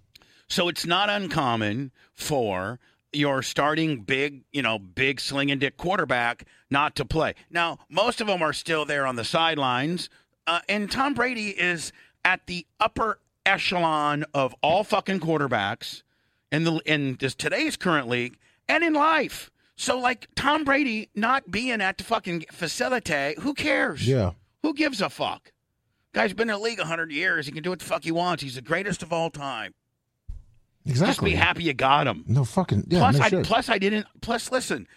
Speaker 1: So it's not uncommon for your starting big, you know, big sling and dick quarterback not to play. Now, most of them are still there on the sidelines, uh, and Tom Brady is at the upper echelon of all fucking quarterbacks in the in this today's current league and in life. So like Tom Brady not being at the fucking facility, who cares?
Speaker 5: Yeah.
Speaker 1: Who gives a fuck? Guy's been in the league 100 years. He can do what the fuck he wants. He's the greatest of all time.
Speaker 5: Exactly.
Speaker 1: Just be happy you got him.
Speaker 5: No fucking. Yeah,
Speaker 1: plus,
Speaker 5: no
Speaker 1: I
Speaker 5: shit.
Speaker 1: plus I didn't. Plus, listen,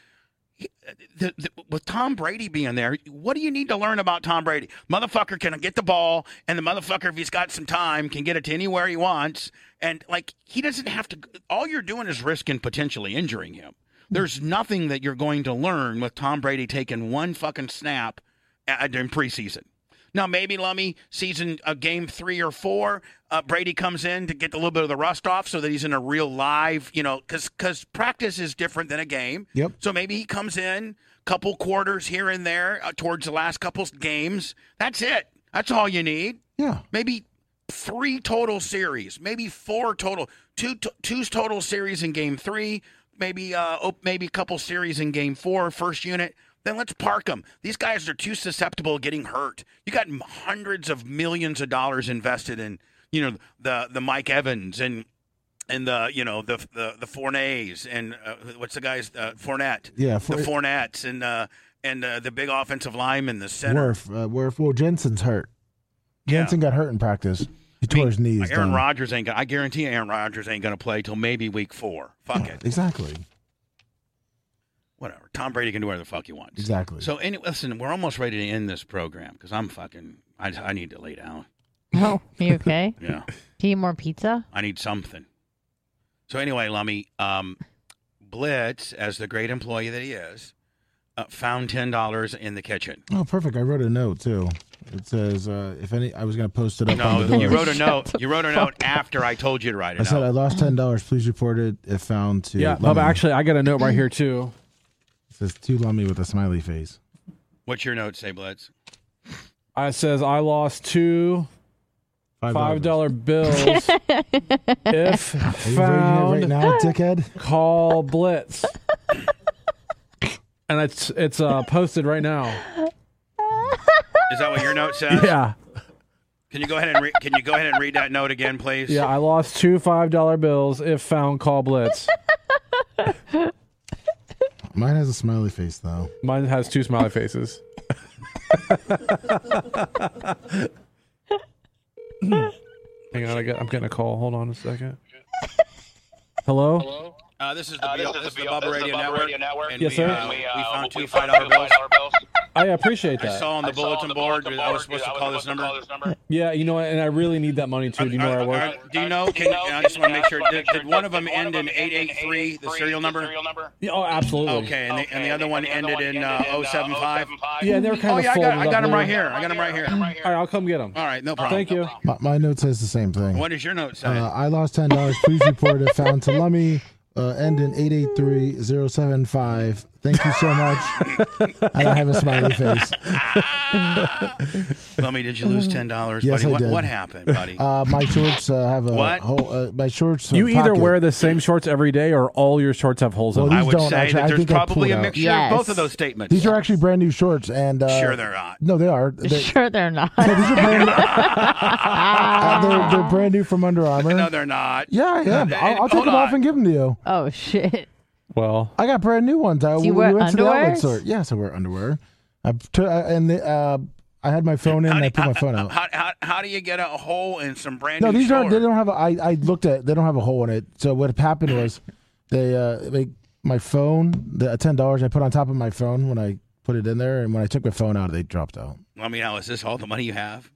Speaker 1: he- the, the, with Tom Brady being there, what do you need to learn about Tom Brady? Motherfucker can get the ball, and the motherfucker, if he's got some time, can get it to anywhere he wants. And like he doesn't have to. All you're doing is risking potentially injuring him. There's nothing that you're going to learn with Tom Brady taking one fucking snap uh, during preseason. Now maybe Lummy season uh, game three or four, uh, Brady comes in to get a little bit of the rust off, so that he's in a real live, you know, because practice is different than a game.
Speaker 5: Yep.
Speaker 1: So maybe he comes in couple quarters here and there uh, towards the last couple games. That's it. That's all you need.
Speaker 5: yeah.
Speaker 1: Maybe three total series, maybe four total, two to, two total series in game three, maybe uh oh, maybe a couple series in game four, first unit. Then let's park them. These guys are too susceptible to getting hurt. You got m- hundreds of millions of dollars invested in you know the the Mike Evans and and the you know the the the Fournets and uh, what's the guys uh, Fournette
Speaker 5: Yeah,
Speaker 1: the
Speaker 5: Four-
Speaker 1: Fournettes and uh, and uh, the big offensive lineman the center
Speaker 5: Worf, uh, Worf. Well, Jensen's hurt. Jensen got hurt in practice. He tore his knees.
Speaker 1: Aaron
Speaker 5: down.
Speaker 1: Rodgers ain't. gonna- I guarantee you Aaron Rodgers ain't going to play till maybe week four. Fuck it,
Speaker 5: Exactly.
Speaker 1: whatever. Tom Brady can do whatever the fuck he wants.
Speaker 5: Exactly.
Speaker 1: So, any, listen, we're almost ready to end this program because I'm fucking. I, I need to lay down.
Speaker 3: Oh,
Speaker 1: (laughs)
Speaker 3: you okay?
Speaker 1: Yeah,
Speaker 3: Do you need more pizza?
Speaker 1: I need something. So anyway, Lummy, um, Blitz, as the great employee that he is, uh, found ten dollars in the kitchen.
Speaker 5: oh, perfect. I wrote a note too. It says uh, if any, I was gonna post it up on
Speaker 1: No,
Speaker 5: the door.
Speaker 1: you wrote a
Speaker 3: Shut
Speaker 1: note.
Speaker 3: the
Speaker 1: You wrote a note after I told you to write
Speaker 5: I
Speaker 1: it. Mm.
Speaker 5: said I
Speaker 1: out.
Speaker 5: lost ten dollars. Please report it if found to.
Speaker 4: Yeah, Bubba,
Speaker 5: Lummy.
Speaker 4: actually, I got a note right here too.
Speaker 5: it says to Lummy with a smiley face.
Speaker 1: What's your note say, Blitz?
Speaker 4: I says I lost two five dollar (laughs) bills. if
Speaker 5: Are you
Speaker 4: found,
Speaker 5: reading it right now, dickhead?
Speaker 4: call Blitz. And it's it's uh, posted right now.
Speaker 1: Is that what your note says?
Speaker 4: (laughs) Yeah,
Speaker 1: Can you go ahead and re- can you go ahead and read that note again, please?
Speaker 4: yeah. I lost two five dollar bills. If found, call Blitz.
Speaker 5: Mine has a smiley face though.
Speaker 4: Mine has two smiley faces. (laughs) Hang on, I got, I'm getting a call. Hold on a second. Hello?
Speaker 1: Uh, this is the,
Speaker 7: Uh,
Speaker 1: B-
Speaker 7: this is the B-
Speaker 1: Bubba
Speaker 7: this is the
Speaker 1: Radio
Speaker 7: Bubba
Speaker 1: Network.
Speaker 7: Radio Network.
Speaker 1: And
Speaker 8: Yes,
Speaker 1: we,
Speaker 8: sir.
Speaker 1: uh, we, found two
Speaker 7: five
Speaker 1: $5 bills.
Speaker 7: dollar bills.
Speaker 8: I appreciate
Speaker 1: I
Speaker 8: that.
Speaker 1: saw on the
Speaker 7: I saw on
Speaker 1: bulletin board,
Speaker 7: bulletin
Speaker 1: I was
Speaker 7: board,
Speaker 1: supposed to call this number.
Speaker 7: number.
Speaker 8: yeah, you know what? And I really need that money too. Do you know where I
Speaker 1: Are-
Speaker 8: work?
Speaker 1: are- do you know?
Speaker 7: Do
Speaker 1: Can, I just want to make sure. Did, did one of them
Speaker 7: did
Speaker 1: end in eight eight three? The serial number.
Speaker 8: Yeah, oh, absolutely.
Speaker 1: Okay, and the, and the other one ended in uh, 075.
Speaker 8: Yeah, and they were kind
Speaker 1: Oh
Speaker 8: of
Speaker 1: yeah, I
Speaker 8: folded
Speaker 1: got, I
Speaker 8: up
Speaker 1: got him
Speaker 8: there.
Speaker 1: right here. I got him right here.
Speaker 8: All right, I'll come get them.
Speaker 1: All right, no problem.
Speaker 8: Thank you.
Speaker 5: My, my note says the same thing.
Speaker 1: What does your note say?
Speaker 5: Uh, I lost ten dollars. Please report if found to Lummy. Uh, end in 883075. Thank you so much.
Speaker 1: (laughs)
Speaker 5: I don't have a smiley face.
Speaker 1: Lummy, did you lose ten dollars,
Speaker 5: Yes,
Speaker 1: buddy?
Speaker 5: I
Speaker 1: what,
Speaker 5: did.
Speaker 1: what happened, buddy?
Speaker 5: Uh, my shorts uh, have a
Speaker 1: What?
Speaker 5: hole. Uh, my shorts.
Speaker 4: You
Speaker 5: uh,
Speaker 4: either
Speaker 5: pocket.
Speaker 4: wear the same shorts every day, or all your shorts have holes in
Speaker 5: Well,
Speaker 4: them.
Speaker 1: I
Speaker 5: these
Speaker 1: would
Speaker 5: don't
Speaker 1: say
Speaker 5: actually- I
Speaker 1: that there's
Speaker 5: think they're
Speaker 1: probably
Speaker 5: pulled
Speaker 1: a
Speaker 5: out.
Speaker 1: mixture
Speaker 3: Yes.
Speaker 1: of both of those statements.
Speaker 5: These are actually brand new shorts, and uh,
Speaker 1: sure they're not.
Speaker 5: No, they are. They,
Speaker 3: (laughs) Sure,
Speaker 1: (laughs)
Speaker 3: they're not.
Speaker 5: no, these are brand new. Uh, they're, they're brand new from Under Armour.
Speaker 1: No, they're not.
Speaker 5: yeah, I am. I'll, I'll take
Speaker 1: Hold
Speaker 5: them off
Speaker 1: on.
Speaker 5: and give them to you.
Speaker 3: Oh shit!
Speaker 4: Well,
Speaker 5: I got brand new ones. I,
Speaker 3: Do you wear underwears?
Speaker 5: store. Yes, I wear underwear. I t- I- and the, uh, I had my phone in.
Speaker 1: How
Speaker 5: and
Speaker 1: do,
Speaker 5: I put
Speaker 1: (laughs)
Speaker 5: my
Speaker 1: how-
Speaker 5: phone out.
Speaker 1: How, how, how do you get a hole in some brand
Speaker 5: No,
Speaker 1: new
Speaker 5: these aren't. They
Speaker 1: shorts?
Speaker 5: don't have. A, I I looked at. They don't have a hole in it. So what happened was, they uh, they, my phone, the uh, ten dollars I put on top of my phone when I put it in there, and when I took my phone out, they dropped out.
Speaker 1: Lummi, now is this all the money you have?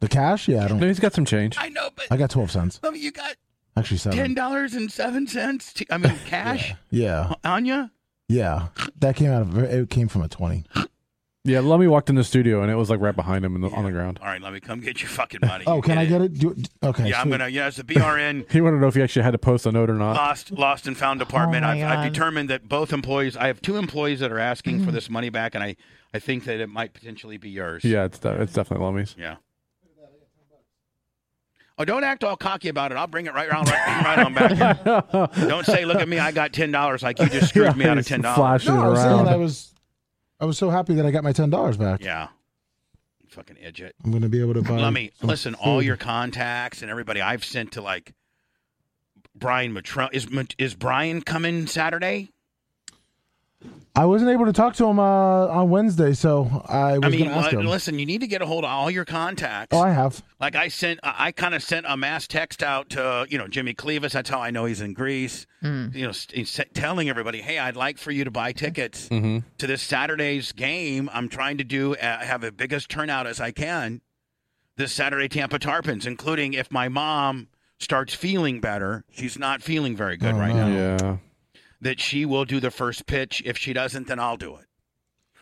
Speaker 5: The cash? Yeah, I
Speaker 4: no,
Speaker 5: don't.
Speaker 4: he's got some change.
Speaker 1: I know, but
Speaker 5: I got twelve cents.
Speaker 1: Lummi, you got
Speaker 5: Actually, seven.
Speaker 1: ten dollars and seven cents. I
Speaker 5: (laughs)
Speaker 1: mean, cash
Speaker 5: Yeah,
Speaker 1: on you.
Speaker 5: yeah. That came out of. It came from a twenty.
Speaker 4: Yeah, Lummy walked in the studio, and it was like right behind him in the, on the ground.
Speaker 1: All right, Lummi, come get your fucking money.
Speaker 5: (laughs) Oh,
Speaker 1: You
Speaker 5: can I get it? Do, okay.
Speaker 1: Yeah, I'm
Speaker 5: sweet.
Speaker 1: gonna. Yeah, it's the
Speaker 5: (laughs)
Speaker 1: BRN.
Speaker 4: He wanted to know if he actually had to post a note or not.
Speaker 1: lost lost and found department.
Speaker 3: Oh, my
Speaker 1: I've, I've
Speaker 3: God. Mm-hmm.
Speaker 1: determined that both employees. I have two employees that are asking for this money back, and I I think that it might potentially be yours.
Speaker 4: Yeah, it's de- it's definitely
Speaker 1: (laughs)
Speaker 4: Lummy's.
Speaker 1: Yeah. Oh, don't act all cocky about it. I'll bring it right around, right, right on
Speaker 5: (laughs)
Speaker 1: back. Here. Don't say, "Look at me, I got ten dollars." Like you just screwed me out of
Speaker 4: He's
Speaker 1: ten dollars.
Speaker 4: Flashing
Speaker 5: No, I was saying
Speaker 4: around.
Speaker 5: I was. I was so happy that I got my ten dollars back.
Speaker 1: Yeah. Fucking idiot.
Speaker 5: I'm gonna be able to buy.
Speaker 1: Let me
Speaker 5: some
Speaker 1: listen. All
Speaker 5: food.
Speaker 1: your contacts and everybody I've sent to like Brian Matron is Mat- is Brian coming Saturday?
Speaker 5: I wasn't able to talk to him uh, on Wednesday, so I was
Speaker 1: I mean, uh,
Speaker 5: gonna ask
Speaker 1: li-
Speaker 5: him.
Speaker 1: listen, you need to get a hold of all your contacts.
Speaker 5: Oh, I have.
Speaker 1: Like I sent, I kind of sent a mass text out to you know Jimmy Clevis. That's how I know he's in Greece. You know, st- s- telling everybody, hey, I'd like for you to buy tickets
Speaker 5: Mm-hmm.
Speaker 1: to this Saturday's game. I'm trying to do uh, have the biggest turnout as I can this Saturday, Tampa Tarpons, including if my mom starts feeling better. She's not feeling very good
Speaker 5: Oh,
Speaker 1: right
Speaker 5: no.
Speaker 1: now.
Speaker 4: yeah.
Speaker 1: That she will do the first pitch. If she doesn't, then I'll do it.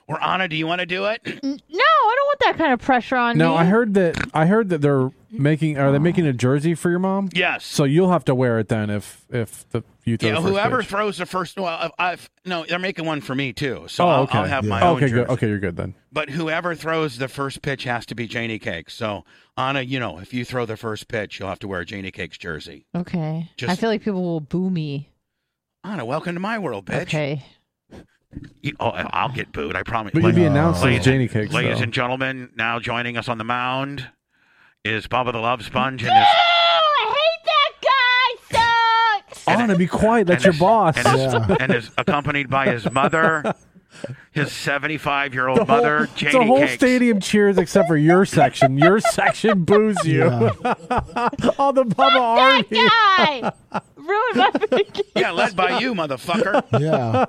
Speaker 1: Or Anna, do you want to do
Speaker 3: (clears throat)
Speaker 1: it?
Speaker 3: No, I don't want that kind of pressure on me.
Speaker 4: Now I heard that I heard that they're making are they making a jersey for your mom?
Speaker 1: yes.
Speaker 4: So you'll have to wear it then if if the you throw
Speaker 1: Yeah,
Speaker 4: the first
Speaker 1: whoever
Speaker 4: pitch.
Speaker 1: throws the first. Well, I've, I've no, they're making one for me too, so
Speaker 4: oh,
Speaker 1: I'll,
Speaker 4: okay.
Speaker 1: I'll have my
Speaker 4: Yeah.
Speaker 1: own.
Speaker 4: okay,
Speaker 1: jersey.
Speaker 4: good. Okay, you're good then.
Speaker 1: But whoever throws the first pitch has to be Janie Cakes. So Anna, you know, if you throw the first pitch, you'll have to wear a Janie Cakes jersey.
Speaker 3: okay, I
Speaker 1: Just-
Speaker 3: feel like people will boo me.
Speaker 1: Anna, welcome to my world, bitch.
Speaker 3: Okay,
Speaker 1: You- oh, I- I'll get booed. I promise.
Speaker 4: But
Speaker 1: Like-
Speaker 4: you'd be announced as
Speaker 1: ladies-
Speaker 4: Janie Cakes.
Speaker 1: ladies
Speaker 4: though.
Speaker 1: and gentlemen, now joining us on the mound is Bubba the Love Sponge and his,
Speaker 3: Oh, I hate that guy. Sucks.
Speaker 4: Anna, be quiet. That's
Speaker 1: and
Speaker 4: your
Speaker 1: his-
Speaker 4: boss.
Speaker 1: and is,
Speaker 5: Yeah.
Speaker 1: and is accompanied by his
Speaker 4: (laughs)
Speaker 1: mother, his seventy-five-year-old
Speaker 4: whole-
Speaker 1: mother, Janie
Speaker 4: the whole
Speaker 1: Cakes.
Speaker 4: stadium cheers except for your section. Your section boos you. (laughs) All the Bubba Army.
Speaker 1: (laughs)
Speaker 3: that guy ruined my vacation.
Speaker 1: Yeah, led by
Speaker 4: (laughs)
Speaker 1: you, motherfucker.
Speaker 5: Yeah.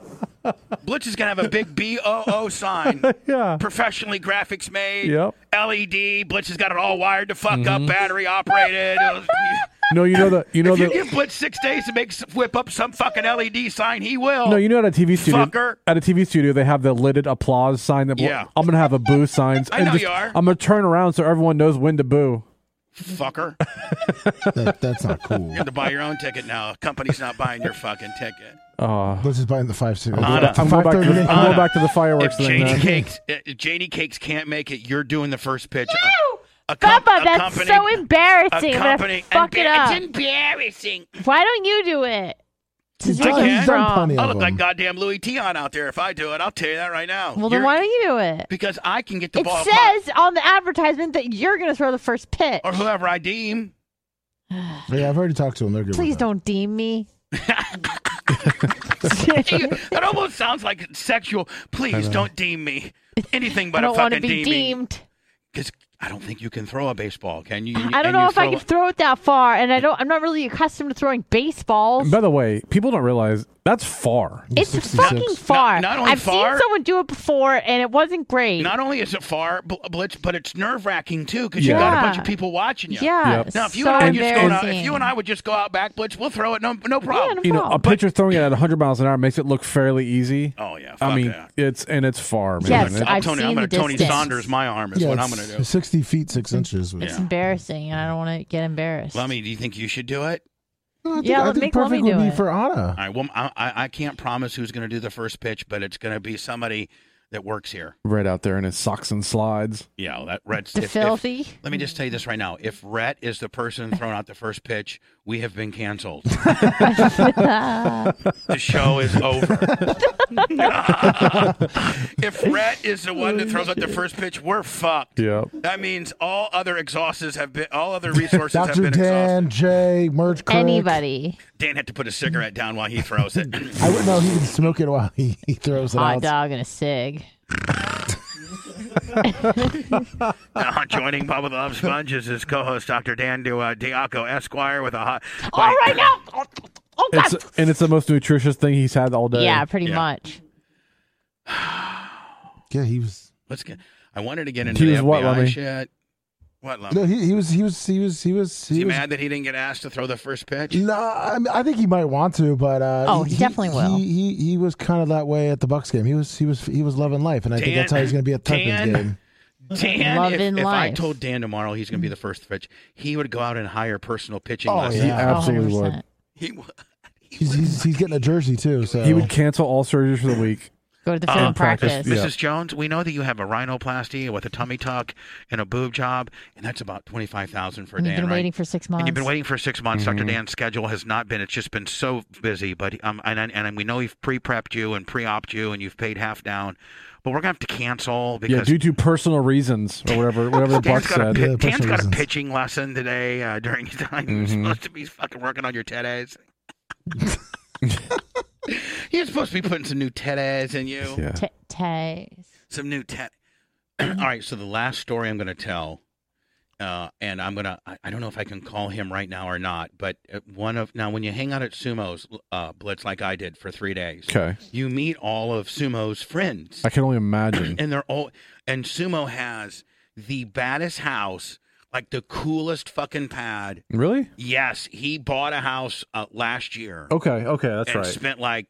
Speaker 1: Blitz is gonna have a big B O O sign.
Speaker 4: (laughs) Yeah.
Speaker 1: Professionally graphics made.
Speaker 4: Yep.
Speaker 1: LED. Blitz has got it all wired to fuck up, battery
Speaker 4: (laughs)
Speaker 1: operated.
Speaker 4: No, you know the you know
Speaker 1: if you
Speaker 4: the
Speaker 1: give Blitz six days to make s- whip up some fucking LED sign, he will.
Speaker 4: no, you know at a TV studio
Speaker 1: Oh, Fucker.
Speaker 4: at a TV studio they have the lidded applause sign that bl-
Speaker 1: Yeah.
Speaker 4: I'm gonna have a boo signs.
Speaker 1: (laughs) I
Speaker 4: and
Speaker 1: know
Speaker 4: just-
Speaker 1: you are.
Speaker 4: I'm gonna turn around so everyone knows when to boo.
Speaker 1: fucker.
Speaker 5: That, that's not
Speaker 1: (laughs)
Speaker 5: cool.
Speaker 1: You have to buy your own ticket now. Company's not buying your fucking ticket.
Speaker 4: Oh.
Speaker 5: Let's just buy in the five series.
Speaker 1: Anna.
Speaker 4: I'm going, back to the, I'm going
Speaker 1: Anna,
Speaker 4: back to the fireworks
Speaker 1: If
Speaker 4: thing.
Speaker 1: Janie
Speaker 4: then.
Speaker 1: Cakes, uh, if Janie Cakes can't make it, you're doing the first pitch.
Speaker 3: (laughs) No!
Speaker 1: A, a com-
Speaker 3: Bubba, that's
Speaker 1: accompanied-
Speaker 3: so embarrassing. I'm gonna
Speaker 1: accompanied-
Speaker 3: fuck it
Speaker 1: embar-
Speaker 3: up.
Speaker 1: It's embarrassing.
Speaker 3: Why don't you do it?
Speaker 5: He's
Speaker 3: Where
Speaker 5: done,
Speaker 3: you
Speaker 5: he's done
Speaker 3: from?
Speaker 5: plenty
Speaker 1: I
Speaker 5: of
Speaker 1: look like
Speaker 5: them.
Speaker 1: goddamn Louis Tion out there if I do it. I'll tell you that right now.
Speaker 3: Well, then
Speaker 1: You're-
Speaker 3: why don't you do it?
Speaker 1: Because I can get the
Speaker 3: It
Speaker 1: ball.
Speaker 3: says on the advertisement that you're going to throw the first pitch.
Speaker 1: or whoever I deem.
Speaker 5: Yeah, I've already talked to him. They're good.
Speaker 3: Please
Speaker 5: with that.
Speaker 3: don't deem
Speaker 1: (laughs)
Speaker 3: me. (laughs)
Speaker 1: that almost sounds like sexual. Please don't deem me anything
Speaker 3: I
Speaker 1: but a
Speaker 3: don't want to
Speaker 1: fucking
Speaker 3: be
Speaker 1: deeming.
Speaker 3: deemed.
Speaker 1: Because I don't think you can throw a baseball, can you? And you-
Speaker 3: I
Speaker 1: and
Speaker 3: don't
Speaker 1: you
Speaker 3: know if I
Speaker 1: throw
Speaker 3: can throw it that far, and I don't. I'm not really accustomed to throwing baseballs.
Speaker 4: (laughs) By the way, people don't realize that's far.
Speaker 3: It's
Speaker 5: 66.
Speaker 3: fucking far.
Speaker 1: Not- not only
Speaker 3: I've
Speaker 1: far-
Speaker 3: seen someone do it before, and it wasn't great.
Speaker 1: Not only is it far, bl- blitz, but it's nerve wracking too because you
Speaker 4: Yeah.
Speaker 1: got a bunch of people watching you.
Speaker 3: yeah.
Speaker 4: Yep.
Speaker 1: Now, if you
Speaker 3: so
Speaker 1: and I just go out,
Speaker 3: embarrassing.
Speaker 1: if you and I would just go out back, blitz, we'll throw it. No, no problem.
Speaker 3: Yeah,
Speaker 4: You know, a
Speaker 3: But-
Speaker 4: pitcher throwing it at 100 miles an hour makes it look fairly easy.
Speaker 1: Oh, yeah, fuck
Speaker 4: I mean,
Speaker 1: that.
Speaker 4: it's and it's far, man.
Speaker 3: Yes,
Speaker 4: It-
Speaker 3: I- I've
Speaker 1: Oh, Tony,
Speaker 3: seen
Speaker 1: I'm
Speaker 3: the
Speaker 1: gonna Tony
Speaker 3: distance.
Speaker 1: Saunders my arm is
Speaker 5: Yeah,
Speaker 1: what I'm
Speaker 5: it's
Speaker 1: going to do.
Speaker 5: Sixty feet six inches.
Speaker 3: it's
Speaker 1: Yeah.
Speaker 3: embarrassing. I don't want to get embarrassed.
Speaker 1: Lummy, do you think you should do it?
Speaker 5: I think,
Speaker 3: Yeah,
Speaker 5: I
Speaker 3: let-
Speaker 5: think
Speaker 3: make Lummy
Speaker 5: perfect would
Speaker 3: do
Speaker 5: be
Speaker 3: it.
Speaker 5: for Anna.
Speaker 1: All right. Well, I, I- I can't promise who's going to do the first pitch, but it's going to be somebody that works here.
Speaker 4: Right out there in his socks and slides.
Speaker 1: Yeah, well, that Rhett's
Speaker 3: the
Speaker 1: if- if-
Speaker 3: filthy.
Speaker 1: let me just tell you this right now. If Rhett is the person throwing out the first pitch, we have been
Speaker 3: (laughs)
Speaker 1: canceled. the show is
Speaker 3: (laughs)
Speaker 1: over. if Rhett is the one that throws out the first pitch, we're fucked.
Speaker 4: Yeah.
Speaker 1: That means all other exhausts have been, all other resources have
Speaker 5: Doctor
Speaker 1: been
Speaker 5: Dan,
Speaker 1: exhausted.
Speaker 5: Jay, Merge, Crick.
Speaker 3: Anybody.
Speaker 1: Dan had to put a cigarette down while he throws
Speaker 5: (laughs)
Speaker 1: it.
Speaker 5: I wouldn't know. He can smoke it while he, he throws it
Speaker 3: Hot
Speaker 5: out.
Speaker 3: dog and a cig.
Speaker 1: Now (laughs) joining Bubba the Love Sponge is his co-host, Dr. Dan Du- uh, Diaco Esquire, with a hot.
Speaker 3: All right
Speaker 1: (laughs)
Speaker 3: now. Oh, oh, God.
Speaker 4: It's
Speaker 1: uh,
Speaker 4: and it's the most nutritious thing he's had all day.
Speaker 3: yeah, pretty
Speaker 1: Yeah.
Speaker 3: much.
Speaker 5: Yeah, he was.
Speaker 1: Let's get. I wanted to get into
Speaker 4: He
Speaker 1: the
Speaker 4: was what,
Speaker 1: FBI
Speaker 4: Lummi?
Speaker 1: shit. What, Lummi?
Speaker 5: No, he, he was. He was. He was. He was.
Speaker 1: Um, Is
Speaker 5: He
Speaker 1: he
Speaker 5: was.
Speaker 1: mad that he didn't get asked to throw the first pitch?
Speaker 5: No, I, mean, I think he might want to, but uh,
Speaker 3: Oh, he definitely will.
Speaker 5: He, he he was kind of that way at the Bucks game. He was he was he was loving life, and I think
Speaker 1: Dan-
Speaker 5: that's how he's going to be at the
Speaker 1: Dan-
Speaker 5: Titans game.
Speaker 1: Dan,
Speaker 3: Love
Speaker 1: if,
Speaker 3: in
Speaker 1: if I
Speaker 3: life.
Speaker 1: told Dan tomorrow he's going to be the first pitch, he would go out and hire personal pitching
Speaker 5: Oh,
Speaker 1: lessons.
Speaker 4: He
Speaker 5: Yeah.
Speaker 4: absolutely would.
Speaker 3: 100%.
Speaker 1: He, w-
Speaker 5: He's, he's he's getting a jersey too, so
Speaker 4: He would cancel all surgeries for the week.
Speaker 3: Go to the
Speaker 1: Uh,
Speaker 3: film
Speaker 4: practice.
Speaker 3: practice.
Speaker 4: Yeah.
Speaker 1: Mrs. Jones, we know that you have a rhinoplasty with a tummy tuck and a boob job, and that's about twenty five thousand for
Speaker 3: And
Speaker 1: Dan.
Speaker 3: You've been
Speaker 1: right?
Speaker 3: waiting for six months.
Speaker 1: And you've been waiting for six months.
Speaker 4: Mm-hmm.
Speaker 1: Dr. Dan's schedule has not been, it's just been so busy. But um, and, and, and we know you've pre prepped you and pre opted you and you've paid half down. But we're going to have to cancel
Speaker 4: Yeah,
Speaker 1: because
Speaker 4: due to personal reasons
Speaker 1: (laughs)
Speaker 4: or whatever whatever the
Speaker 1: Dan's
Speaker 4: Buck
Speaker 1: got, a, pi-
Speaker 4: said.
Speaker 5: Yeah,
Speaker 1: Dan's
Speaker 5: personal
Speaker 1: got a
Speaker 5: reasons.
Speaker 1: pitching lesson today uh, during his time. He's
Speaker 4: Mm-hmm.
Speaker 1: supposed to be fucking working on your E TEDx.
Speaker 4: (laughs)
Speaker 1: (laughs) You're supposed to be putting some new TEDx in you.
Speaker 4: Yeah.
Speaker 3: T- Tay.
Speaker 1: Some new TED.
Speaker 4: (clears throat)
Speaker 1: All right, so the last story I'm going to tell, uh, and I'm going to, I don't know if I can call him right now or not, but uh, one of, now when you hang out at Sumo's uh, Blitz like I did for three days,
Speaker 4: Okay.
Speaker 1: you meet all of Sumo's friends.
Speaker 4: I can only imagine.
Speaker 1: and they're all, and Sumo has the baddest house, like the coolest fucking pad.
Speaker 4: really?
Speaker 1: Yes, he bought a house uh, last year
Speaker 4: Okay, okay, that's
Speaker 1: and
Speaker 4: right.
Speaker 1: spent like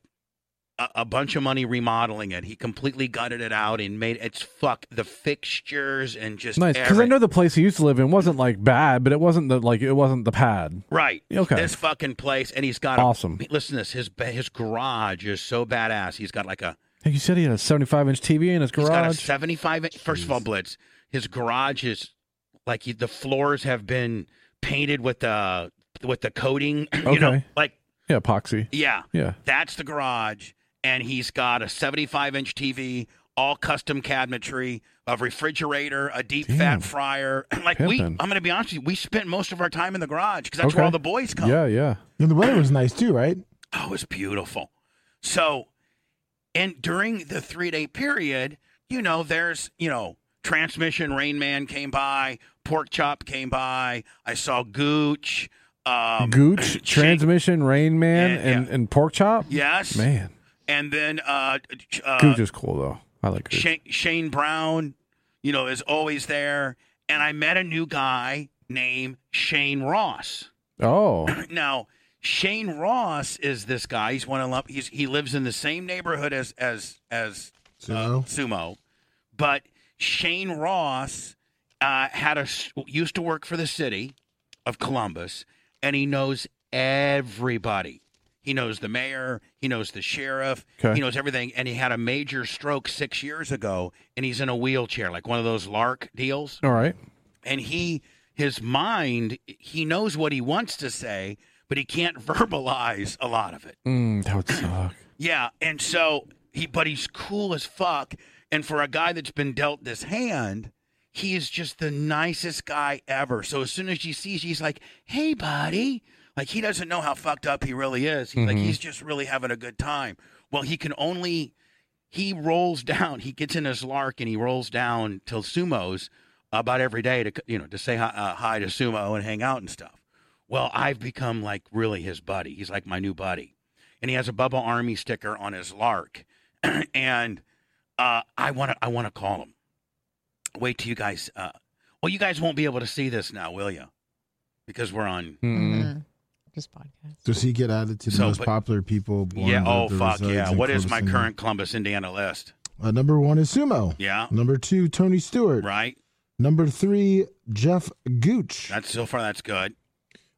Speaker 1: a, a bunch of money remodeling it. He completely gutted it out and made it's fuck the fixtures and just
Speaker 4: Nice, because I
Speaker 1: every-
Speaker 4: know the place he used to live in wasn't like bad, but it wasn't the like it wasn't the pad.
Speaker 1: right.
Speaker 4: Okay.
Speaker 1: this fucking place, and he's got
Speaker 4: Awesome.
Speaker 1: A, listen, to this his ba- his garage is so badass. He's got like a
Speaker 4: Like you said, he had a seventy-five inch TV in his
Speaker 1: he's got a
Speaker 4: garage.
Speaker 1: seventy five. First of all, Blitz, his garage is like he, the floors have been painted with the with the coating. (clears throat) You know,
Speaker 4: Okay.
Speaker 1: like
Speaker 4: yeah, epoxy.
Speaker 1: yeah.
Speaker 4: Yeah,
Speaker 1: That's the garage, and he's got a 75 inch TV, all custom cabinetry, a refrigerator, a deep
Speaker 4: Damn.
Speaker 1: fat fryer. (clears throat) Like we, I'm
Speaker 4: Pimpin'.
Speaker 1: going to be honest with you, we spent most of our time in the garage because that's
Speaker 4: Okay.
Speaker 1: where all the boys come.
Speaker 4: yeah, yeah.
Speaker 5: And the weather was nice too, right?
Speaker 1: Oh, it's beautiful. So, and during the three day period, you know, there's, you know, Transmission Rain Man came by, Pork Chop came by. I saw Gooch. Um, (clears throat)
Speaker 4: Gooch,
Speaker 1: Shane-
Speaker 4: transmission, Rain Man,
Speaker 1: Yeah,
Speaker 4: and
Speaker 1: yeah.
Speaker 4: and pork chop.
Speaker 1: Yes.
Speaker 4: man,
Speaker 1: And then uh, uh,
Speaker 4: Gooch is cool though. I like Gooch.
Speaker 1: Shane, Shane Brown, you know, is always there. And I met a new guy named Shane Ross.
Speaker 4: oh,
Speaker 1: Now, Shane Ross is this guy. He's one of Lump- he's he lives in the same neighborhood as as as
Speaker 5: Sumo?
Speaker 1: Sumo, but Shane Ross uh, had a s- used to work for the city of Columbus, and he knows everybody. He knows the mayor. He knows the sheriff.
Speaker 4: Okay.
Speaker 1: He knows everything. And he had a major stroke six years ago, and he's in a wheelchair, like one of those Lark deals
Speaker 4: all right.
Speaker 1: and he his mind he knows what he wants to say but he can't (laughs) verbalize a lot of it
Speaker 4: Mm, that would suck.
Speaker 1: yeah and so he but he's cool as fuck and for a guy that's been dealt this hand he is just the nicest guy ever so as soon as she sees she's like hey buddy like he doesn't know how fucked up he really is he's like he's just really having a good time well he can (laughs) only he rolls down. He gets in his lark and he rolls down till Sumo's about every day to you know to say hi, uh, hi to Sumo and hang out and stuff. Well, I've become like really his buddy. He's like my new buddy, and he has a Bubba Army sticker on his Lark, (clears throat) and uh, I want to I want to call him. Wait till you guys. Uh, well, you guys won't be able to see this now, will you? Because we're on.
Speaker 3: Mhm. Just podcast.
Speaker 5: Does he get added to the
Speaker 1: So,
Speaker 5: most
Speaker 1: but-
Speaker 5: popular people? born
Speaker 1: yeah.
Speaker 5: that
Speaker 1: Oh
Speaker 5: there
Speaker 1: fuck
Speaker 5: resides
Speaker 1: yeah.
Speaker 5: in
Speaker 1: What is my
Speaker 5: Columbus,
Speaker 1: current Columbus, Indiana list?
Speaker 5: Indiana? Uh, number one is Sumo.
Speaker 1: Yeah.
Speaker 5: Number two, Tony Stewart.
Speaker 1: Right.
Speaker 5: Number three, Jeff Gooch.
Speaker 1: That's so far. That's good.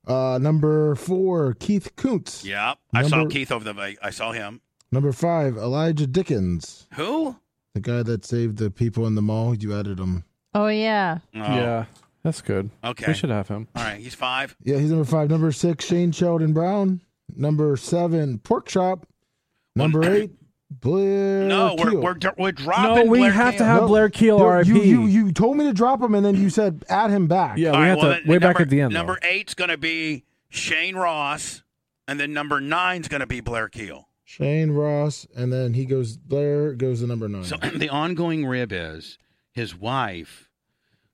Speaker 5: Uh, number four, Keith Kuntz.
Speaker 1: Yeah. I saw
Speaker 5: Number-
Speaker 1: Keith over the. I saw him. Oh,
Speaker 5: Number five, Elijah Dickens,
Speaker 1: Who?
Speaker 5: the guy that saved the people in the mall. You added him.
Speaker 3: Oh yeah.
Speaker 1: Oh,
Speaker 8: Yeah, that's good.
Speaker 1: Okay.
Speaker 8: We should have him.
Speaker 1: All right. He's five.
Speaker 5: Yeah, he's number five. Number six, Shane Sheldon Brown. Number seven, Pork Chop.
Speaker 1: (coughs)
Speaker 5: Number eight, Blair.
Speaker 1: No, we're,
Speaker 5: Keel.
Speaker 1: we're, we're dropping.
Speaker 4: No, we
Speaker 1: Blair
Speaker 4: have to
Speaker 1: Keel.
Speaker 4: have
Speaker 5: No,
Speaker 4: Blair Keel
Speaker 5: you-
Speaker 4: RIP.
Speaker 5: You, you you told me to drop him, and then you said add him back.
Speaker 4: yeah,
Speaker 1: All
Speaker 4: we
Speaker 1: right,
Speaker 4: have
Speaker 1: well,
Speaker 4: to
Speaker 1: then
Speaker 4: way
Speaker 1: number-
Speaker 4: back at the end. though.
Speaker 1: Number eight's going to be Shane Ross, and then number nine's going to be Blair Keel.
Speaker 5: Shane Ross, and then he goes. Blair goes to number nine.
Speaker 1: So (clears throat) the ongoing rib is his wife,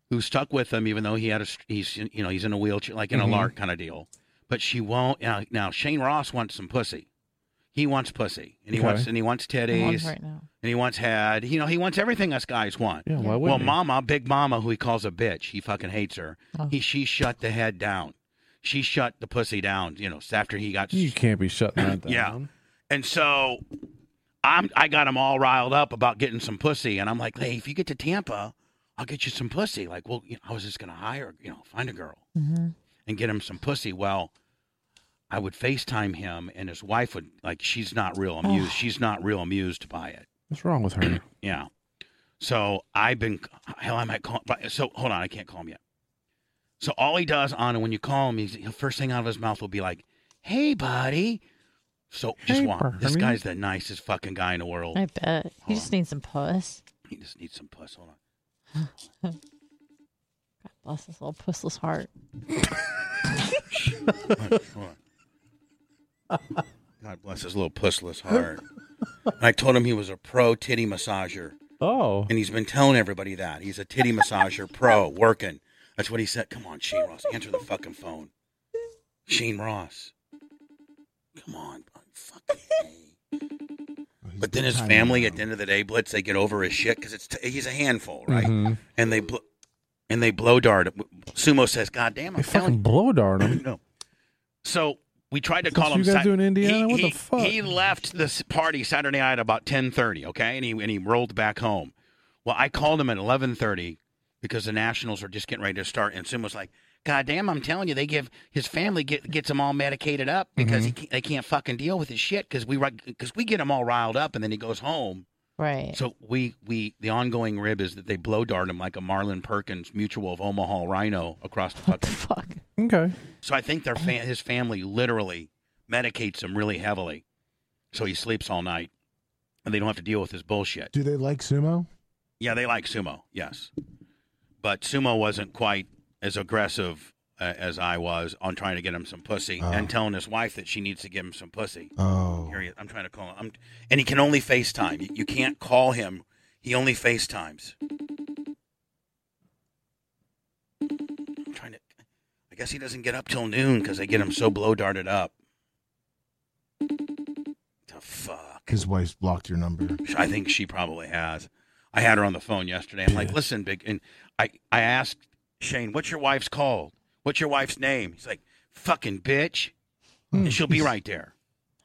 Speaker 1: who stuck with him even though he had a st- he's you know he's in a wheelchair like
Speaker 4: Mm-hmm.
Speaker 1: in a lark kind of deal, but she won't. Now, now Shane Ross wants some pussy. He wants pussy, and he
Speaker 8: Okay.
Speaker 1: wants and he wants
Speaker 3: I'm on
Speaker 1: titties,
Speaker 3: right now.
Speaker 1: and he wants head. You know, he wants everything us guys want.
Speaker 8: Yeah, why
Speaker 3: Well,
Speaker 8: wouldn't
Speaker 1: Well,
Speaker 8: he?
Speaker 1: Mama, Big Mama, who he calls a bitch, he fucking hates her.
Speaker 3: Oh.
Speaker 1: He she shut the head down. She shut the pussy down. You know, after he got.
Speaker 8: You can't be shutting that down.
Speaker 1: Yeah. And so, I'm I got him all riled up about getting some pussy, and I'm like, hey, if you get to Tampa, I'll get you some pussy. Like, well, you know, I was just gonna hire, you know, find a girl
Speaker 3: Mhm.
Speaker 1: and get him some pussy. Well, I would FaceTime him, and his wife would like, she's not real amused. She's not real amused by it.
Speaker 8: What's wrong with her?
Speaker 1: Yeah. So I've been hell. I might call. But so hold on, I can't call him yet. So all he does on it when you call him, he's, the first thing out of his mouth will be like, "Hey, buddy." So just
Speaker 8: Hey,
Speaker 1: want this
Speaker 8: Barney.
Speaker 1: guy's the nicest fucking guy in the world.
Speaker 3: I bet. You just need some puss.
Speaker 1: He just needs some puss. Hold on.
Speaker 3: God bless his little pussless heart.
Speaker 1: Hold on. God bless his little pussless heart. I told him he was a pro titty massager,
Speaker 8: Oh,
Speaker 1: and he's been telling everybody that he's a titty massager pro working. That's what he said. Come on, Shane Ross, answer the fucking phone. Shane Ross, come on, bro, fucking. A. But then his family, at the end of the day, blitz, they get over his shit because it's t- he's a handful, right?
Speaker 8: Mm-hmm. Mm.
Speaker 1: And they bl- and they blow dart. him. Sumo says, "God damn,
Speaker 8: they
Speaker 1: I'm telling
Speaker 8: fucking blow dart him.
Speaker 1: no. So we tried to
Speaker 8: What
Speaker 1: call him.
Speaker 8: you guys
Speaker 1: Sat-
Speaker 8: do in Indiana?
Speaker 1: He,
Speaker 8: What the
Speaker 1: he-
Speaker 8: fuck?
Speaker 1: He left this party Saturday night about ten thirty. Okay, and he and he rolled back home. Well, I called him at eleven thirty because the Nationals are just getting ready to start, and Sim was like, "God damn, I'm telling you, they give his family get, gets him all medicated up because
Speaker 8: Mm-hmm.
Speaker 1: he can't, they can't fucking deal with his shit because we because we get him all riled up, and then he goes home."
Speaker 3: Right.
Speaker 1: So we we the ongoing rib is that they blow dart him like a Marlon Perkins Mutual of Omaha Rhino across the
Speaker 3: what (laughs) the
Speaker 1: fucking
Speaker 3: fuck?
Speaker 8: Okay.
Speaker 1: so I think their fa- his family literally medicates him really heavily, so he sleeps all night, and they don't have to deal with his bullshit.
Speaker 5: Do they like sumo?
Speaker 1: Yeah, they like sumo, yes, but sumo wasn't quite as aggressive uh, as I was on trying to get him some pussy
Speaker 5: Oh.
Speaker 1: and telling his wife that she needs to give him some pussy.
Speaker 5: Oh,
Speaker 1: Here he is. I'm trying to call him, I'm, and he can only FaceTime. You, you can't call him. He only FaceTimes. I'm trying to. I guess he doesn't get up till noon because they get him so blow darted up. The fuck.
Speaker 5: his wife's blocked your number.
Speaker 1: I think she probably has. I had her on the phone yesterday. I'm like, listen, big, and I I asked Shane, what's your wife's called? What's your wife's name? He's like, fucking bitch, and she'll be right there